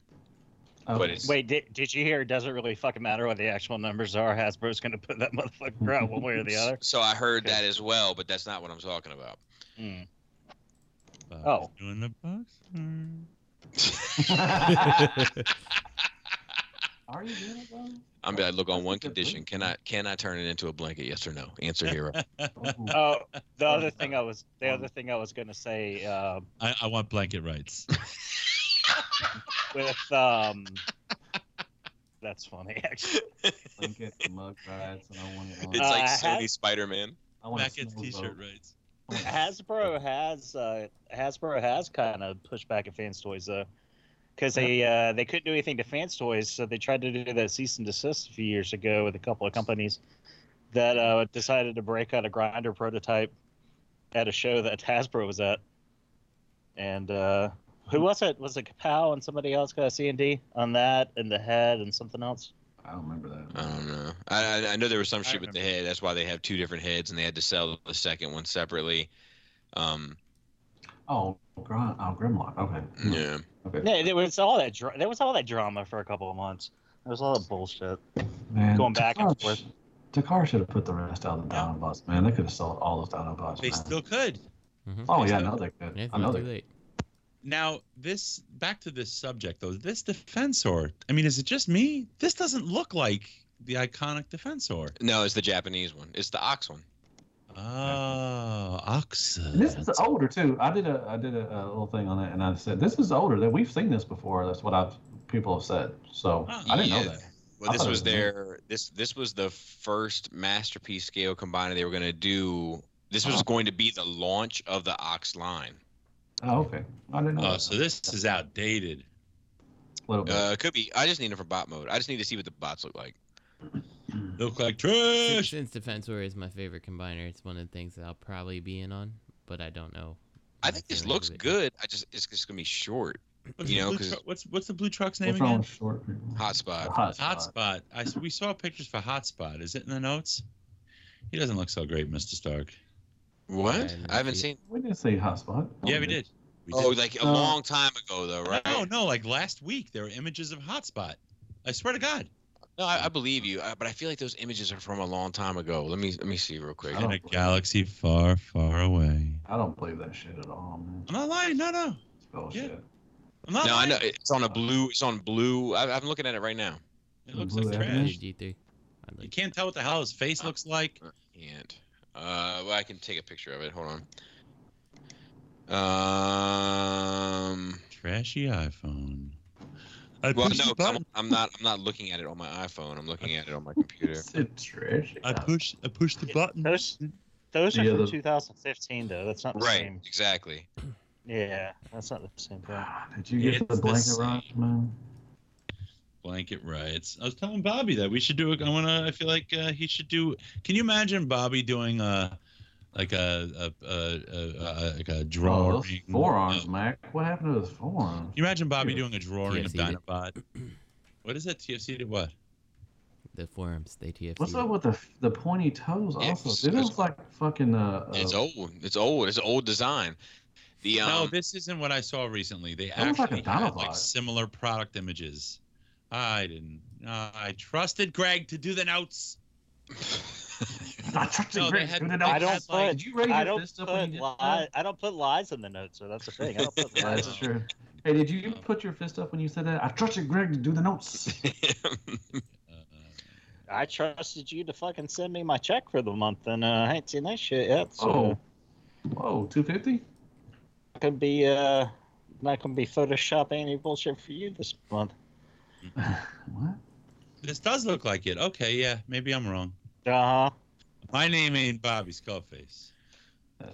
J: But it's,
B: Wait, did, did you hear? It doesn't really fucking matter what the actual numbers are. Hasbro's going to put that motherfucker out one way or the other.
J: So I heard that as well, but that's not what I'm talking about.
B: Hmm. Oh.
H: Doing the box.
K: Are you doing it though?
J: I'm gonna look on one condition. Can I can I turn it into a blanket? Yes or no? Answer hero.
B: Oh, the other thing I was the other thing I was going to say um,
H: I, I want blanket rights.
B: with um, that's funny actually.
K: Blanket, mug rides, and I want it. on-
J: It's like
B: Uh,
J: Sony
B: has-
J: Spider Man.
K: I want a
H: Beckett's
K: small
H: t-shirt
K: boat.
H: rights.
B: Hasbro has uh, Hasbro has kind of pushed back at Fans Toys though, because they uh, they couldn't do anything to Fans Toys, so they tried to do that cease and desist a few years ago with a couple of companies that uh, decided to break out a grinder prototype at a show that Hasbro was at, and uh, who was it? Was it Kapow and somebody else got a C and D on that and the head and something else?
K: I don't remember that.
J: I don't know. I I- I know there was some shit with the head. That's why they have two different heads, and they had to sell the second one separately. Um,
K: Oh, Grim, oh, Grimlock. Okay.
J: yeah.
K: Okay.
B: Yeah, there was all that dra- there was all that drama for a couple of months. There was all that bullshit
K: Man,
B: going back and
K: Takar
B: forth.
K: sh- Takar should have put the rest out of the Dinobots, man. They could have sold all those Dinobots.
H: They
K: man.
H: still could.
K: Oh yeah,
H: They
K: no,
H: still-
K: they could.
I: It's
K: I know
I: not
K: they
I: too late.
H: Now this back to this subject though. This defensor. I mean, is it just me? This doesn't look like the iconic defensor.
J: No, it's the Japanese one. It's the ox one.
H: Oh, Oxa.
K: And This is older too. I did a I did a, a little thing on it, and I said this is older. That we've seen this before. That's what I've people have said. So
H: Oh,
K: I didn't know
J: Yeah.
K: that.
J: Well,
K: I
J: this
K: thought it
J: was
K: was new.
J: their this this was the first masterpiece scale combiner they were gonna do. This
K: Uh-huh.
J: was going to be the launch of the ox line.
K: Oh okay, I didn't know.
H: Oh,
K: that.
H: so this is outdated.
K: A little bit.
J: Uh, could be. I just need it for bot mode. I just need to see what the bots look like.
H: Look like trash.
I: Since Defensor is my favorite combiner, it's one of the things that I'll probably be in on, but I don't know.
J: I think this looks good. I just it's just gonna be short.
H: What's
J: You
H: the
J: know,
H: blue
J: 'cause-
H: truck- what's what's the blue truck's name
K: What's wrong
H: again?
K: with short people?
J: Hotspot.
K: Hotspot.
H: Hotspot. I s- we saw pictures for Hotspot. Is it in the notes? He doesn't look so great, Mr. Stark.
J: What?
I: Yeah,
J: I haven't
I: he-
J: seen.
K: We didn't say hotspot.
H: Yeah, we did. We
J: Oh,
H: did.
J: like a
K: Uh,
J: long time ago though, right?
H: no, no, like last week there were images of Hotspot. I swear to God.
J: No, I, I believe you, I, but I feel like those images are from a long time ago. Let me let me see real quick.
K: I don't
H: In a
K: believe-
H: galaxy far, far away.
K: I don't believe that shit at all, man.
H: I'm not lying. No, no.
K: It's bullshit.
H: I'm not
J: No, I
H: lying.
J: know it's on a blue. It's on blue. I, I'm looking at it right now.
H: It looks
K: Blue
H: like
K: Ebony.
H: trash.
I: G3. I'd
H: You
I: like
H: can't tell what the hell his face looks like.
J: And uh, well, I can take a picture of it. Hold Um, on. Um.
H: Trashy iPhone. I
J: Well,
H: push
J: no,
H: the
J: 'cause I'm,
H: button.
J: I'm not. I'm not looking at it on my iPhone. I'm looking at it on my computer.
K: It's trash.
H: I push. I push the button.
B: Those those are
K: Yeah,
B: from
K: the-
B: 2015 though. That's not the
J: Right.
B: same.
J: Exactly.
B: Yeah, that's not the same thing.
K: Did you get
H: It's
K: the
H: the
K: blanket
H: same.
K: rock, man?
H: blanket rights. I was telling Bobby that we should do. it. I want to. I feel like uh, he should do. Can you imagine Bobby doing a like a a a, a, a, like a
K: Oh,
H: drawing?
K: those forearms,
H: Uh,
K: Mac. What happened to those forearms?
H: Can you imagine Bobby doing a drawing of
I: TFC did.
H: Dinobot? What is that TFC to what?
I: the forums. They TFC.
K: What's up with the the pointy toes?
J: Yeah,
K: Also,
J: it's-
K: it
J: it's-
K: looks like fucking uh.
J: It's
B: Oh.
K: uh,
J: old. It's old. It's an old design. The um,
H: no, this isn't what I saw recently. They
K: looks like a
H: actually had like
K: Dinobot.
H: similar product images. I didn't. I trusted Greg to do the notes.
K: I trusted
H: No, they
K: Greg.
H: had-
K: Dude,
B: I
K: had
B: don't
K: like-
B: put-
K: Did you raise
B: I
K: your
B: don't
K: fist up when
B: put
K: you did
B: li-
K: that?
B: I don't put lies in the notes, so that's the thing. I don't put
K: Yeah,
B: lies.
K: That's true. Hey, did you put your fist up when you said that? I trusted Greg to do the notes.
H: Uh,
B: I trusted you to fucking send me my check for the month, and uh, I ain't seen that shit yet. So
K: Oh, whoa, two fifty.
B: it could be uh, not gonna be Photoshop any bullshit for you this month.
K: What?
H: this does look like it. Okay, yeah, maybe I'm wrong.
B: Uh huh.
H: My name ain't Bobby Skullface.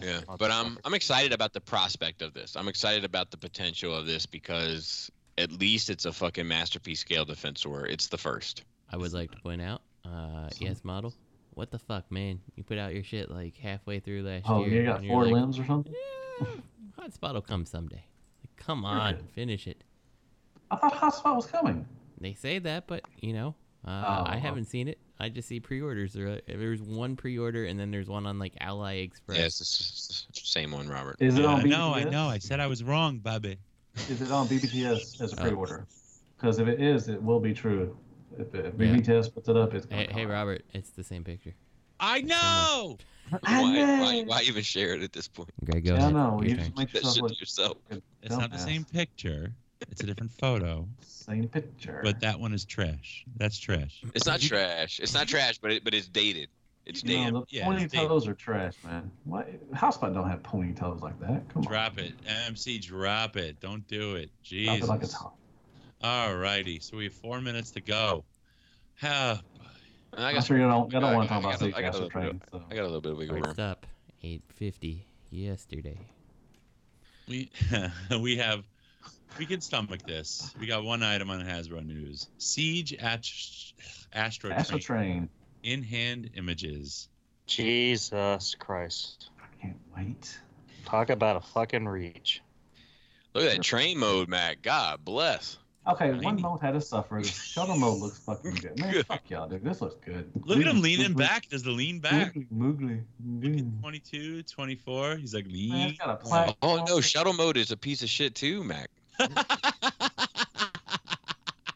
J: Yeah, but I'm I'm excited about the prospect of this. I'm excited about the potential of this because at least it's a fucking masterpiece scale defensor. It's the first.
I: I would like to point out, uh, yes, model. What the fuck, man? You put out your shit like halfway through last
K: Oh,
I: year.
K: you got
I: and you're
K: four
I: like,
K: limbs or something?
I: Hotspot will come someday. Like, come on,
K: good.
I: finish it.
K: I thought Hotspot was coming.
I: They say that, but you know, Uh,
K: Oh,
I: I
K: wow.
I: haven't seen it. I just see pre-orders. There, there's one pre-order, and then there's one on like Ally Express.
J: Yeah, it's the s- s- same one, Robert.
H: Yeah, I know, I know. I said I was wrong, Bobby.
K: Is it on BBTS as a
H: Oh.
K: pre-order? Because if it is, it will be true. If, if
I: Yeah.
K: BBTS puts it up, it's
I: Hey, hey, Robert, it's the same picture.
H: I know.
J: Why, why, why even share it at this point?
I: Okay, go
K: Yeah,
I: ahead.
K: no,
I: Your
K: you
I: turn.
K: just make
J: That
K: yourself
J: shit
K: look
J: to yourself.
H: It's not the
K: dumbass.
H: same picture. It's a different photo,
K: Same picture.
H: but that one is trash. That's trash.
J: It's not trash. It's not trash, but it, but it's dated. It's
K: No,
J: dated.
K: the
H: yeah,
K: pointy
H: it's dated.
K: toes are trash, man. What? Housebot don't have pointy toes like that. Come on,
H: Drop it, MC. Drop it. Don't do it.
K: drop it
H: Jesus.
K: like a top.
H: All righty. So we have four minutes to go. Ah,
J: And I
K: I'm
J: got,
K: sure you don't. You
J: I
K: don't want to
J: got-
K: talk about
J: I
K: Zeke
J: got- I got a
K: Astro
J: little bit
K: Train.
J: of-
K: So.
J: I got a little bit of wiggle room.
I: First up, 850 yesterday.
H: we we have we can stomach this. We got one item on Hasbro News: Siege at Astro,
K: Astro
H: Train.
K: Train.
H: in hand images.
B: Jesus Christ.
K: I can't wait.
B: Talk about a fucking reach.
J: Look at that train mode, Mac. God bless.
K: Okay, one
H: Tiny.
K: mode had to suffer. The shuttle mode looks fucking good. Man,
J: Good.
K: fuck y'all, dude. This looks good.
H: Look at him leaning back. Does the lean back?
K: Moogly.
H: Look at
K: Moogly.
H: 22, 24. He's like
K: Man,
H: lean.
K: it's got a plaque.
J: Oh no, shuttle mode is a piece of shit too, Mac.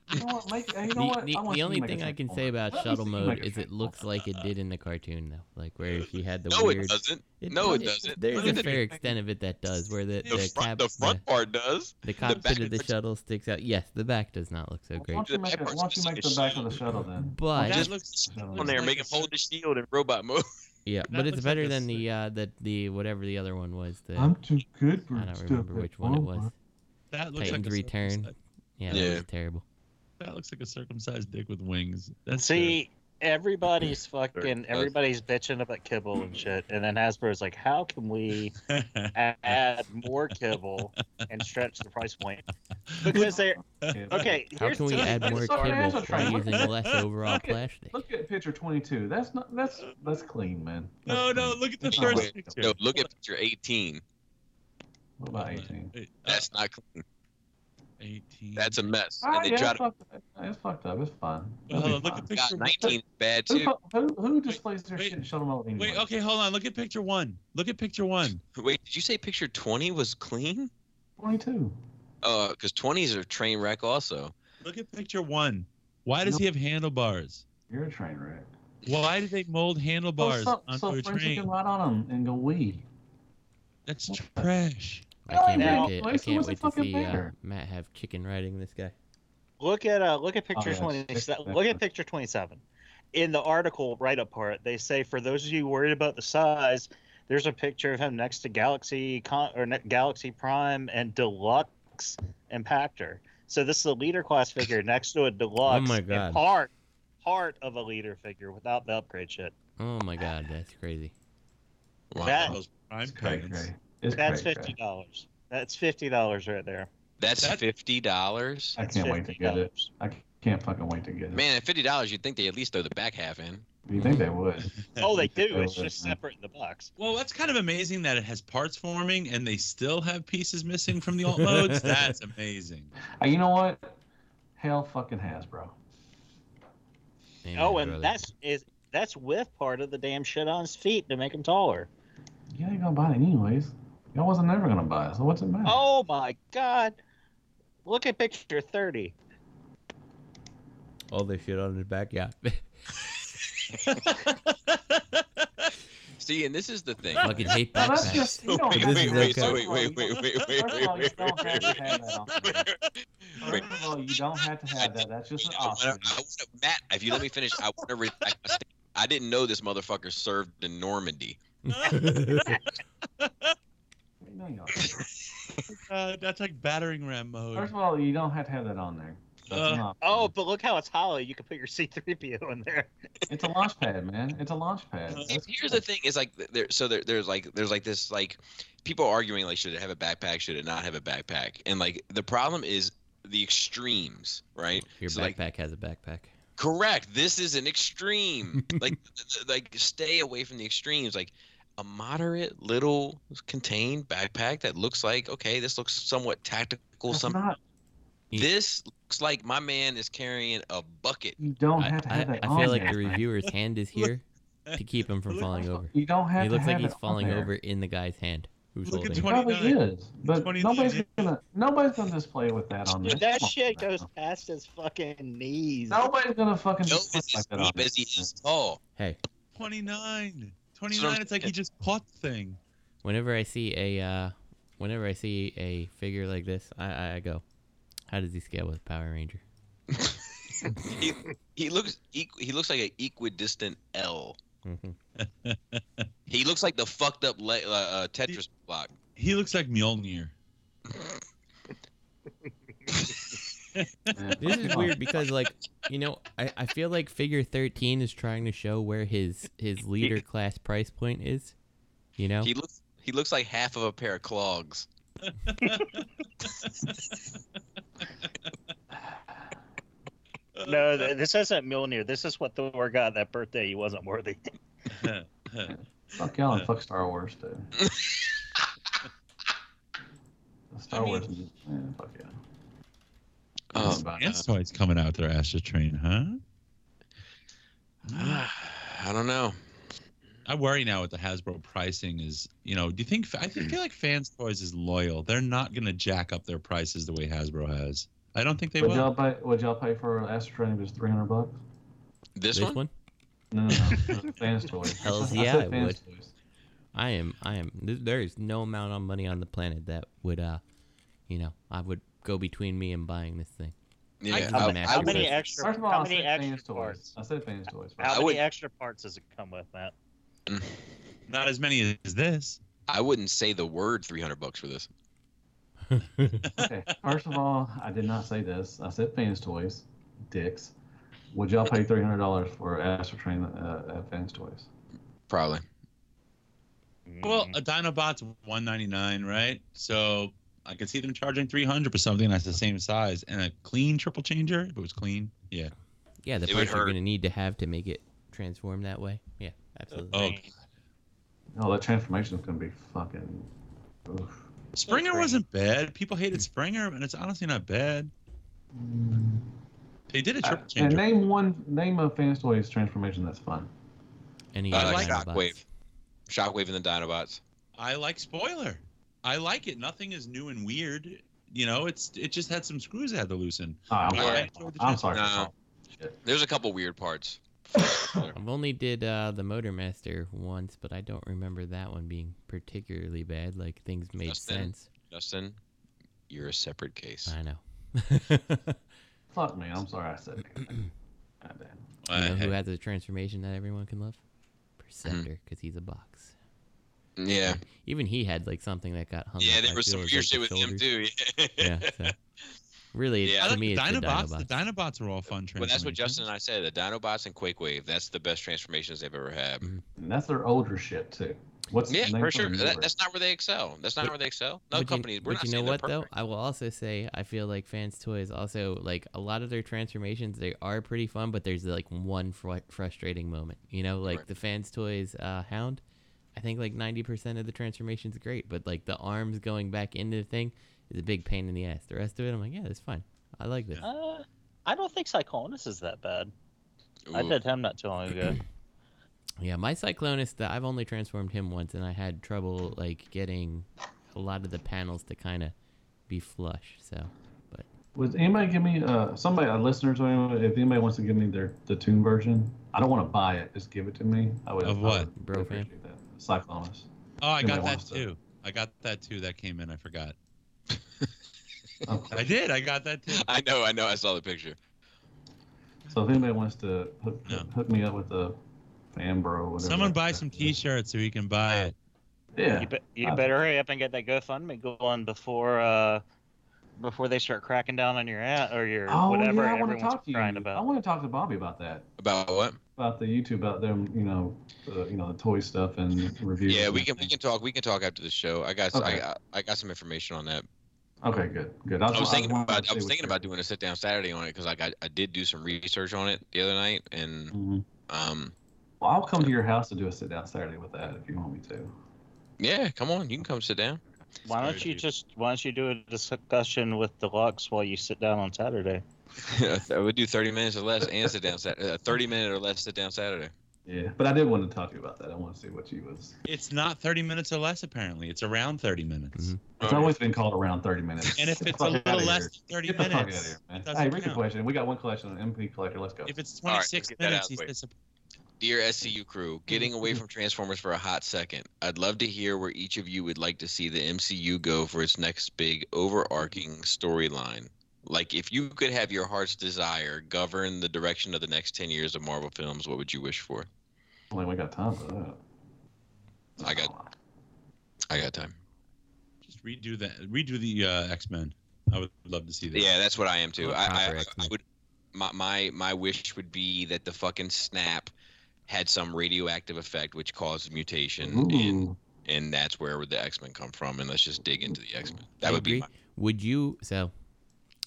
K: You know what? Make, you
I: The,
K: know what?
I: the-
K: I want
I: the
K: you to
I: only
K: make a
I: thing I can
K: Transformer.
I: say about
K: Let me
I: shuttle
K: see you
I: mode
K: make a
I: is it looks like it did in the cartoon though, like where she had the
J: No,
I: weird.
J: it doesn't. No, it doesn't.
I: There's
J: Look
I: a
J: at the-
I: fair extent of it that does, where the the
J: The, front,
I: cap,
J: the front part does.
I: the cockpit
J: back
I: of the
J: looks-
I: shuttle sticks out. Yes, the back does not look so
K: Why
I: great,
K: don't you
J: The
K: make,
J: back
K: it, why
J: part's
K: don't you
J: just
K: make
J: a
K: the back
J: shit.
K: of the shuttle then?
I: but
H: That
J: Just
H: looks
K: on
J: on there,
H: like
J: make
H: a
J: him hold the shield in robot mode.
I: yeah,
H: that
I: but it's
H: looks like
I: better
H: a
I: than
H: s-
I: the uh the the whatever the other one was. The
K: too good
I: I don't remember which
K: Oh
I: one it was.
H: That looks
I: Titans
H: like a
I: Return.
H: circumcised-
I: Yeah, that
J: Yeah.
I: was terrible.
H: That looks like a circumcised dick with wings. That's
B: See, everybody's
J: Very
B: fucking,
J: close.
B: everybody's bitching about kibble and shit. And then Hasbro's like, how can we
H: good.
B: add more kibble and stretch the price point? Because they're, okay,
I: How
B: here's
I: can we
B: the-
I: add more
K: it's on an
I: kibble
K: Amazon
I: by
K: train.
I: using less overall
K: Look at-
I: plastic?
K: Look at picture 22. That's not. That's that's clean, man. That's
H: no, no,
K: clean.
H: look at the
K: It's
J: not
H: first
J: like-
H: picture.
J: No, look at picture 18.
K: What about 18?
H: Uh,
J: That's not. clean.
H: 18.
J: That's a mess.
K: Ah,
J: And they
K: yeah,
J: try
K: it's,
J: to.
K: fucked, it's fucked up. It's fine.
H: Well,
K: It'll
H: hold
K: be
H: on, Oh, look
K: fine.
H: at picture
J: God, 19 is bad
K: Who,
J: too.
K: fu- who, who displays their
H: wait,
K: shit in shuttle mode anyway?
H: Wait, okay, hold on. Look at picture one. Look at picture one.
J: Wait, did you say picture 20 was clean?
K: 22.
J: Uh, because 20s are train wreck also.
H: Look at picture one. Why does he have handlebars?
K: You're a train wreck.
H: Why did they mold handlebars
K: Oh, so so,
H: onto
K: so
H: a
K: Frenchie
H: train?
K: can ride on them and go wee.
H: That's trash.
I: I
K: Oh,
I: can't
B: yeah,
I: wait to, I
K: Mason
I: can't
K: was a
I: wait to
K: fucking
I: see uh,
K: bear.
I: Matt have chicken riding this guy.
B: Look at uh, look at
I: Oh,
B: picture
K: yes,
B: twenty.
K: yes, yes,
B: Look
K: yes.
B: at picture twenty-seven. In the article write-up part, they say for those of you worried about the size, there's a picture of him next to Galaxy Con- or ne- Galaxy Prime and Deluxe Impactor. So this is a leader class figure next to a deluxe.
I: Oh my
B: and
I: God.
B: Part part of a leader figure without the upgrade shit.
I: Oh my god, that's crazy.
J: Wow.
B: That-
H: Those prime
K: It's cray
H: pants.
K: cray. It's
B: That's
K: cray
B: fifty
K: cray.
B: dollars. That's fifty dollars right there.
J: That's
H: That-
J: $50.
K: I can't wait to get it.
B: $50.
K: I can't fucking wait to get it.
J: Man, at $50, you'd think they at least throw the back half in.
K: You think they would?
B: Oh, they do. It's
K: Yeah.
B: just separate in the box.
H: Well, that's kind of amazing that it has parts forming and they still have pieces missing from the alt modes. That's amazing.
K: Uh, you know what? Hell fucking Hasbro.
I: Amen,
B: Oh, and
I: brother.
B: that's is that's with part of the damn shit on his feet to make him taller.
K: You ain't gonna buy it anyways. Y'all wasn't never gonna buy it, so what's it matter?
B: Oh my god! Look at picture thirty.
I: all this shit on his back. Yeah,
J: See, and this is the thing.
I: fucking hate
K: Now, that's
I: backpacks.
K: just you don't
J: Wait,
K: have
I: wait,
K: to-
I: wait,
K: first
I: so
K: of
J: wait,
K: all, you
J: wait, wait,
K: don't-
J: wait, wait,
K: first of all, you
J: wait,
K: don't
J: wait,
K: have to have that on there.
J: wait.
K: First of all, you don't have to have that. That's just an
J: I wanna-
K: option.
J: I wanna- Matt, if you let me finish, I want to retract my statement. I didn't know this motherfucker served in Normandy.
K: No, you don't.
H: Uh, that's like battering ram mode.
K: First of all, you don't have to have that on there. That's an
H: Uh,
K: option.
B: Oh, but look how it's hollow. You can put your C three PO in there.
K: It's a launch pad, man. It's a launch pad.
H: Uh,
K: That's-
J: Here's the thing: is like there, so there, there's like there's like this like people arguing like should it have a backpack, should it not have a backpack, and like the problem is the extremes, right?
I: Your
J: So,
I: backpack
J: like-
I: has a backpack.
J: Correct. This is an extreme. like, th- th- like stay away from the extremes. Like a moderate, little, contained backpack that looks like okay, this looks somewhat tactical.
K: That's
J: Some
K: not.
J: This looks like my man is carrying a bucket.
K: You don't Oh, have to
I: I,
K: have that
I: I
K: on
I: feel like
K: there.
I: the reviewer's hand is here to keep him from falling over.
K: You don't have
I: He
K: to
I: looks like
K: have
I: he's
K: it on
I: falling
K: there.
I: over in the guy's hand who's
K: Look
I: holding.
K: at It probably is, but nobody's gonna nobody's gonna display with that on there.
L: Dude,
B: Oh,
L: that shit goes past his fucking knees.
K: Nobody's gonna fucking
L: Yo,
K: display like that on
J: Deep as he is tall.
I: Hey,
H: 29. 29. It's like he just caught the thing.
I: whenever I see a uh, whenever I see a figure like this, I, I, I go, how does he scale with Power Ranger?
J: He, he looks equ- he looks like an equidistant L.
I: Mhm.
J: He looks like the fucked up le- uh, uh, Tetris block.
H: He looks like Mjolnir.
I: this is weird because like you know I, I feel like figure 13 is trying to show where his his leader class price point is you know
J: He looks he looks like half of a pair of clogs.
B: No, th- this isn't Mjolnir. This is what Thor got that birthday. He wasn't worthy.
K: Fuck y'all and fuck Star Wars, dude. Star Wars, is yeah, fuck yeah.
J: Oh,
H: Dance toys coming out their Astro Train, huh?
J: Ah. I don't know.
H: I worry now with the Hasbro pricing is, you know, do you think I feel like Fans Toys is loyal. They're not going to jack up their prices the way Hasbro has. I don't think they
K: would
H: will.
K: y'all pay? Would y'all pay for an Astro Train if it's three hundred bucks?
J: This,
I: This one?
K: No, no, no. fans toys.
I: Hells
K: I said
I: yeah, I
K: fans
I: would.
K: toys.
I: I am. I am. th- There is no amount of money on the planet that would, uh, you know, I would go between me and buying this thing.
J: Yeah,
I: I'd
J: how-
I: give an
J: how many
I: person.
B: extra-
K: First of all,
B: how
K: I
B: many
K: said
B: extra
K: fans toys.
B: parts?
K: I said fans toys.
B: How
K: first.
B: many extra parts does it come with, Matt?
J: Mm.
H: Not as many as this.
J: I wouldn't say the word three hundred bucks for this.
K: okay. First of all, I did not say this. I said fans toys, dicks. Would y'all pay three hundred dollars for Astro Train uh, at fans toys?
J: Probably.
B: Hmm.
H: Well, a Dinobot's 199, right? So I could see them charging 300 for something that's the same size and a clean triple changer if it was clean. Yeah.
I: Yeah, the
H: It
I: price
H: would
I: you're
H: hurt.
I: going to need to have to make it transform that way. Yeah, absolutely.
H: Oh,
K: No, Oh, that transformation is gonna be fucking. Oof.
H: Springer wasn't bad. People hated Springer, and it's honestly not bad. They did a triple
K: And
H: changer.
K: name one name a fans toys transformation that's fun.
H: Oh,
I: Any
J: Uh,
I: other
J: like
I: Dinobots?
J: Shockwave, Shockwave and the Dinobots.
H: I like spoiler. I like it. Nothing is new and weird. You know, it's it just had some screws it had to loosen.
K: Oh, I'm
H: But I
K: sorry.
H: enjoyed the
K: I'm sorry.
J: No, there's a couple weird parts.
I: I've only did uh, the Motor Master once, but I don't remember that one being particularly bad. Like things made
J: Justin,
I: sense.
J: Justin, you're a separate case.
I: I know.
K: Fuck me. I'm sorry. I said. anything. Goddamn.
I: You know who
H: Uh,
I: has a transformation that everyone can love?
J: Mm-hmm.
I: Perceptor, because he's a box.
J: Yeah.
I: Even he had like something that got hung.
J: Yeah,
I: up,
J: there
I: I
J: was some
I: feel,
J: weird
I: like,
J: shit
I: the
J: with him
I: shoulders.
J: too.
I: yeah. So. Really, it's-
J: Yeah. I
I: to
J: like
I: me,
H: the
I: it's
H: Dinobots,
I: the
H: the
I: Dinobots.
H: Dinobots are
J: Well,
H: all fun
J: that's
H: transformations.
J: what Justin and I said. The Dinobots and Quake Wave. That's the best transformations they've ever had.
I: Mm-hmm.
K: And that's their older shit too. What's
J: yeah,
K: the name
J: for
K: of
J: sure.
K: the
J: That,
K: newer?
J: that's not where they excel. That's not where they excel. No
I: But you-
J: companies.
I: but
J: we're not
I: you know
J: saying
I: what
J: they're
I: though?
J: perfect.
I: I will also say I feel like fans toys also like a lot of their transformations. They are pretty fun, but there's like one fr- frustrating moment. You know, like the fans toys uh, hound. I think like ninety percent of the transformation's great, but like the arms going back into the thing is a big pain in the ass. The rest of it, I'm like, yeah, that's fine. I like this.
B: Uh, I don't think Psychonus is that bad. I
J: Ooh.
B: did him not too long ago.
I: Yeah, my Cyclonus, the, I've only transformed him once, and I had trouble like getting a lot of the panels to kind of be flush. So, but
K: Would anybody give me uh somebody a listeners or anyone if anybody wants to give me their the tune version? I don't want to buy it. Just give it to me. I would.
H: Of
K: I
H: what?
K: would
I: Bro fan?
K: appreciate that. Cyclonus.
H: Oh, I got
K: Nobody
H: that
K: wants to-
H: too. I got that too. That came in. I forgot.
K: Of course.
H: I did. I got that too.
J: I know. I know. I saw the picture.
K: So if anybody wants to hook,
H: No.
K: hook me up with the fan bro, or whatever.
H: Someone buy some T-shirts so we can buy it.
K: Yeah.
B: You, be- you better hurry up and get that GoFundMe going before uh, before they start cracking down on your aunt or your
K: Oh
B: whatever
K: yeah, I want to
B: everyone's
K: talk to you.
B: crying
K: I
B: about.
K: want to talk to Bobby about that.
J: About what?
K: About the YouTube, about them, you know, uh, you know, the toy stuff and reviews.
J: Yeah,
K: and
J: we can we can talk. We can talk after the show. I got
K: Okay.
J: I, I, I got some information on that.
K: Okay, good, good.
J: I was thinking
K: wanted to
J: about I
K: see
J: was
K: what
J: thinking
K: your-
J: about doing a sit down Saturday on it because like I, I did do some research on it the other night and
K: Mhm.
J: um
K: Well, I'll come to your house to do a sit down Saturday with that if you want me to.
J: yeah come on you can come sit down
B: Why don't you just why don't you do a discussion with Deluxe while you sit down on Saturday?
J: I would do 30 minutes or less and sit down Saturday. Uh, 30 minute or less sit down Saturday.
K: Yeah, but I did want to talk to you about that. I want to see what you was.
H: It's not 30 minutes or less, apparently. It's around 30 minutes.
K: It's always been called around 30 minutes.
H: And if
K: Get
H: it's
K: the
H: a
K: fuck
H: little
K: outta
H: less
K: here.
H: than 30
K: Get the fuck
H: minutes,
K: outta here, man.
H: it doesn't
K: Hey, read the
H: count.
K: question. We got one collection on MP collector. Let's go.
H: If it's
J: All right,
H: 26
J: let's get that
H: minutes,
J: out
H: he's
J: of the way.
H: disappointed.
J: Dear SCU crew, getting away from Transformers for a hot second, I'd love to hear where each of you would like to see the MCU go for its next big overarching storyline. Like, if you could have your heart's desire govern the direction of the next 10 years of Marvel films, what would you wish for?
K: Only we got time for that.
J: I got, I got time.
H: Just redo that. Redo the uh, X Men. I would love to see that.
J: Yeah, that's what I am too. I, I, I would my, my my wish would be that the fucking snap had some radioactive effect which caused mutation and and that's where would the X-Men come from and let's just dig into the X-Men. That
I: I
J: would be
I: agree. Would you? So,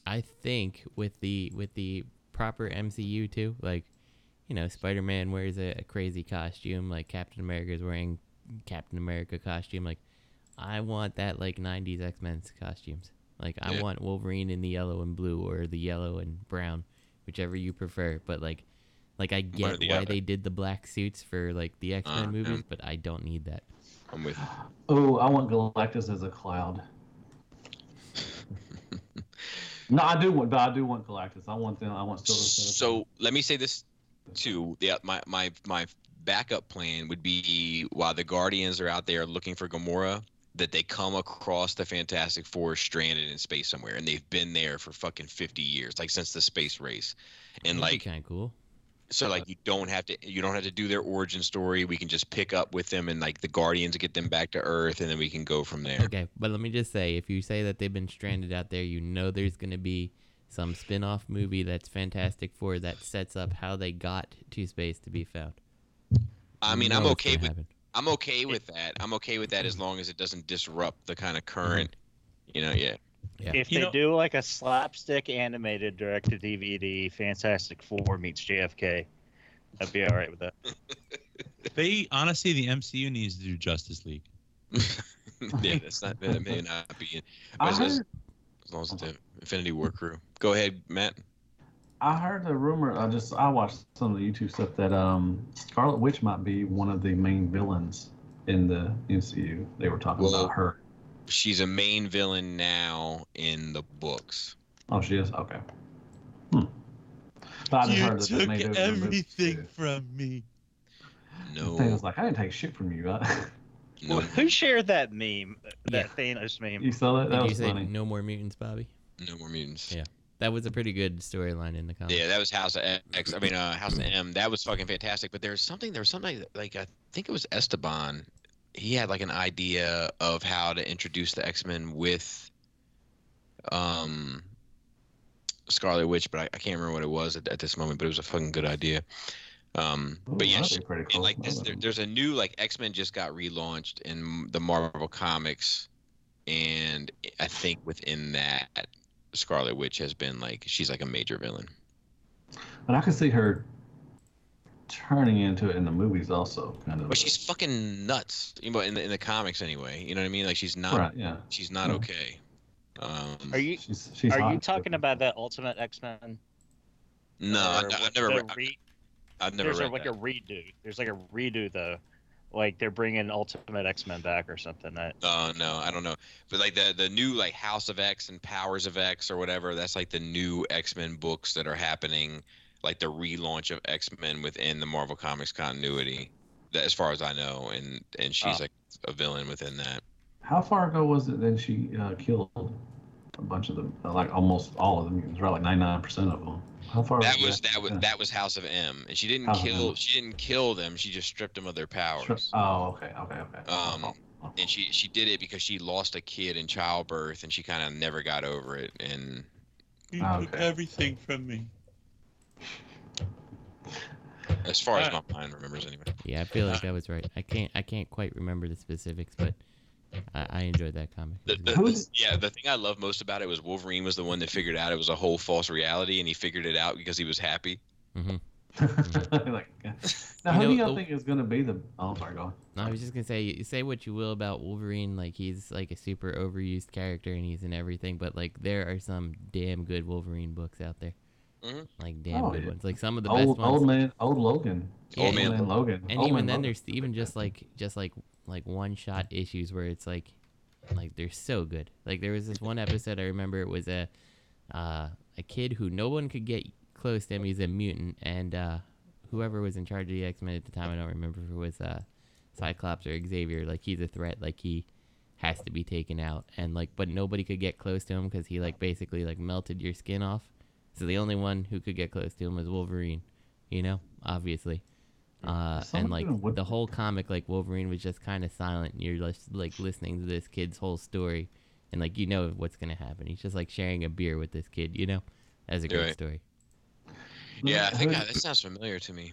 I: I think with the with the proper MCU too, like, you know, Spider Man wears a, a crazy costume, like Captain America is wearing Captain America costume. Like, I want that like '90s X Men costumes. Like, I
J: Yeah.
I: want Wolverine in the yellow and blue, or the yellow and brown, whichever you prefer. But like, like I
J: or
I: get
J: the
I: why
J: other.
I: they did the black suits for like the X Men
J: Uh,
I: movies,
J: yeah.
I: but I don't need that.
J: I'm with
K: Oh, I want Galactus as a cloud. no, I do want, but I do want Galactus. I want them. I want Silver.
J: So let me say this too. Yeah, my my my backup plan would be while the Guardians are out there looking for Gamora, that they come across the Fantastic Four stranded in space somewhere, and they've been there for fucking fifty years, like since the space race, and like
I: kind of cool.
J: So
I: Uh-huh.
J: like you don't have to you don't have to do their origin story. We can just pick up with them and like the Guardians get them back to Earth, and then we can go from there.
I: Okay, but let me just say, if you say that they've been stranded out there, you know there's going to be some spin-off movie that's Fantastic Four that sets up how they got to space to be found.
J: I mean,
I: You
J: I'm
I: know it's
J: okay
I: gonna
J: with
I: happen. Mm-hmm.
J: I'm okay with that. I'm okay with that as long as it doesn't disrupt the kind of current, you know. Yeah.
B: If they do like a slapstick animated direct to DVD Fantastic Four meets JFK, I'd be all right with that.
H: They honestly, the MCU needs to do Justice League.
J: yeah, that's not that may not be in.
K: I
J: As, as-
K: heard-
J: as long as it's the Infinity War crew. Go ahead, Matt.
K: I heard the rumor. I just I watched some of the YouTube stuff that um Scarlet Witch might be one of the main villains in the MCU. They were talking about her.
J: She's a main villain now in the books.
K: Oh, she is okay. Hmm. But I just heard that they made it in the movie.
H: from me.
J: No.
K: Thing was like, I didn't take shit from you. I,
B: Well, who shared that meme? That Thanos meme.
K: you saw that?
I: Did
K: That was
I: you say
K: funny.
I: no more mutants, Bobby?
J: No more mutants.
I: Yeah, that was a pretty good storyline in the comic.
J: Yeah, that was House of X. I mean, uh, House of M. That was fucking fantastic. But there's something. There was something like I think it was Esteban. He had like an idea of how to introduce the X Men with, um, Scarlet Witch. But I, I can't remember what it was at, at this moment. But it was a fucking good idea. Um, but
K: Ooh,
J: yeah,
K: Oh, that'd
J: sh-
K: be pretty
J: and,
K: cool.
J: like this, there, there's a new like X Men just got relaunched in the Marvel comics, and I think within that, Scarlet Witch has been like she's like a major villain.
K: But I could see her turning into it in the movies also, kind of.
J: But she's fucking nuts. You know, in the in the comics anyway. You know what I mean? Like she's not.
K: Right, yeah.
J: She's not
K: Yeah.
J: okay. Um,
B: Are you
K: She's- she's
B: are you
K: hot.
B: talking about that Ultimate X Men?
J: no, I, have never.
B: the
J: Re-
B: re-
J: I, have never
B: There's a-
J: read
B: like
J: that.
B: a redo. There's like a redo though. Like they're bringing Ultimate X Men back or something. That
J: Oh no, I don't know. But like the the new like House of X and Powers of X or whatever. That's like the new X Men books that are happening. Like the relaunch of X Men within the Marvel Comics continuity, that, as far as I know, and and she's
K: Oh.
J: like a villain within that.
K: How far ago was it that she uh, killed a bunch of them? uh, Like almost all of them. It was probably like 99% of them. How far
J: That was that was that was House of M, and she didn't
K: Oh, House of
J: kill
K: M.
J: she didn't kill them. She just stripped them of their powers.
K: Oh, okay, okay, okay. Oh,
J: Um, and she she did it because she lost a kid in childbirth, and she kind of never got over it. And
H: You took
K: Ah, Okay.
H: everything from me.
J: as far as my mind remembers, anyway.
I: Yeah, I feel like that was right. I can't I can't quite remember the specifics, but I, I enjoyed that comic.
J: The, the, the- yeah, the thing I love most about it was Wolverine was the one that figured out it was a whole false reality, and he figured it out because he was happy.
I: Mm-hmm.
K: like, uh, Now,
I: You
K: who
I: know,
K: do y'all
I: the-
K: think is going to be the? Oh, sorry, go on.
I: No, I was just gonna say, you say what you will about Wolverine, like he's like a super overused character and he's in everything, but like there are some damn good Wolverine books out there,
J: Mhm.
I: like damn
K: Oh,
I: good
K: yeah.
I: ones, like some of the
K: old,
I: best ones.
K: Old man, old Logan.
I: Yeah,
K: old man, Logan. Oh,
I: And
K: old
I: even
K: man
I: then,
K: Logan.
I: there's even just like just like like one shot issues where it's like like they're so good. Like there was this one episode I remember it was a uh, a kid who no one could get close to him. He's a mutant, and uh, whoever was in charge of the X Men at the time, I don't remember if it was uh, Cyclops or Xavier. Like he's a threat. Like he has to be taken out and like but nobody could get close to him because he like basically like melted your skin off so the only one who could get close to him was wolverine you know obviously uh, and
K: Someone
I: like
K: doing what-
I: the whole comic like wolverine was just kind of silent and you're just like listening to this kid's whole story and like you know what's gonna happen he's just like sharing a beer with this kid you know that's a great
J: Right.
I: story
J: Yeah, I think
K: Who-
J: I, that sounds familiar to me.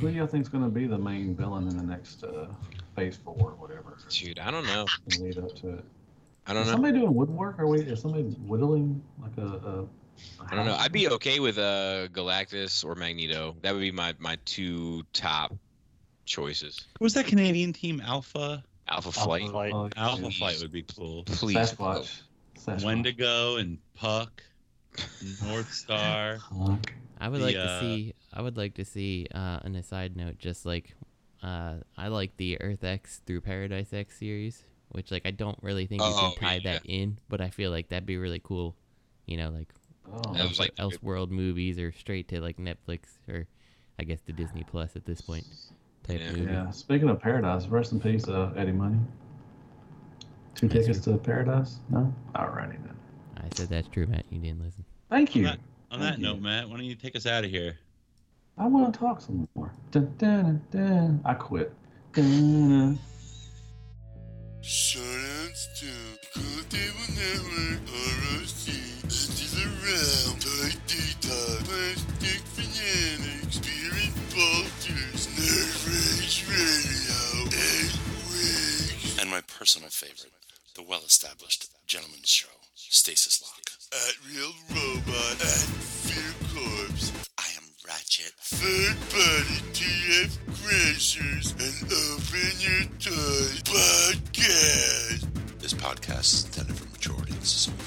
K: Who do y'all think's going to be the main villain in the next uh, Phase Four or whatever?
J: Dude, I don't know.
K: Lead up to it.
J: I don't
K: is
J: know.
K: Somebody doing woodwork? Are we? Is somebody whittling like a? a
J: I don't know. I'd be okay with uh, Galactus or Magneto. That would be my, my two top choices.
H: What was that Canadian team? Alpha.
J: Alpha Flight.
H: Alpha,
J: Please.
H: Flight would be cool.
J: Please.
K: Oh, Sasquatch. Sasquatch.
H: Wendigo and Puck, North Star.
I: I would
H: The,
I: like to
H: uh,
I: see. I would like to see. Uh, on a side note, just like, uh, I like the Earth X through Paradise X series, which like I don't really think you
J: Oh,
I: can tie that in, but I feel like that'd be really cool. You know, like,
K: Oh.
J: That was, like,
I: else- Elseworld movies or straight to like Netflix or, I guess the Disney Plus at this point. Type
J: Yeah.
I: movie.
K: Yeah. Speaking of paradise, rest in peace, uh, Eddie Money. Two
I: Yes,
K: tickets to paradise? No. Alrighty then.
I: I said that's true, Matt. You didn't listen.
K: Thank
H: On
K: you.
H: that, on that
K: Thank you.
H: note, Matt, why don't you take us out of here?
K: I want to talk some more. Dun, dun, dun. I quit. Dun, dun.
E: Short outs to Cool Table Network, ROC, Andy's Around, Toy Detox, Plastic Fanatics, Spirit Vultures, Nerd Rage Radio, and Wigs.
A: And my personal favorite, the well established Gentleman's Show, Stasis Lock.
E: At Real Robot, at Fear Corps,
A: I am Ratchet.
E: Third Party TF Crashers, and Open Your Toys Podcast.
A: This podcast is intended for mature audiences only.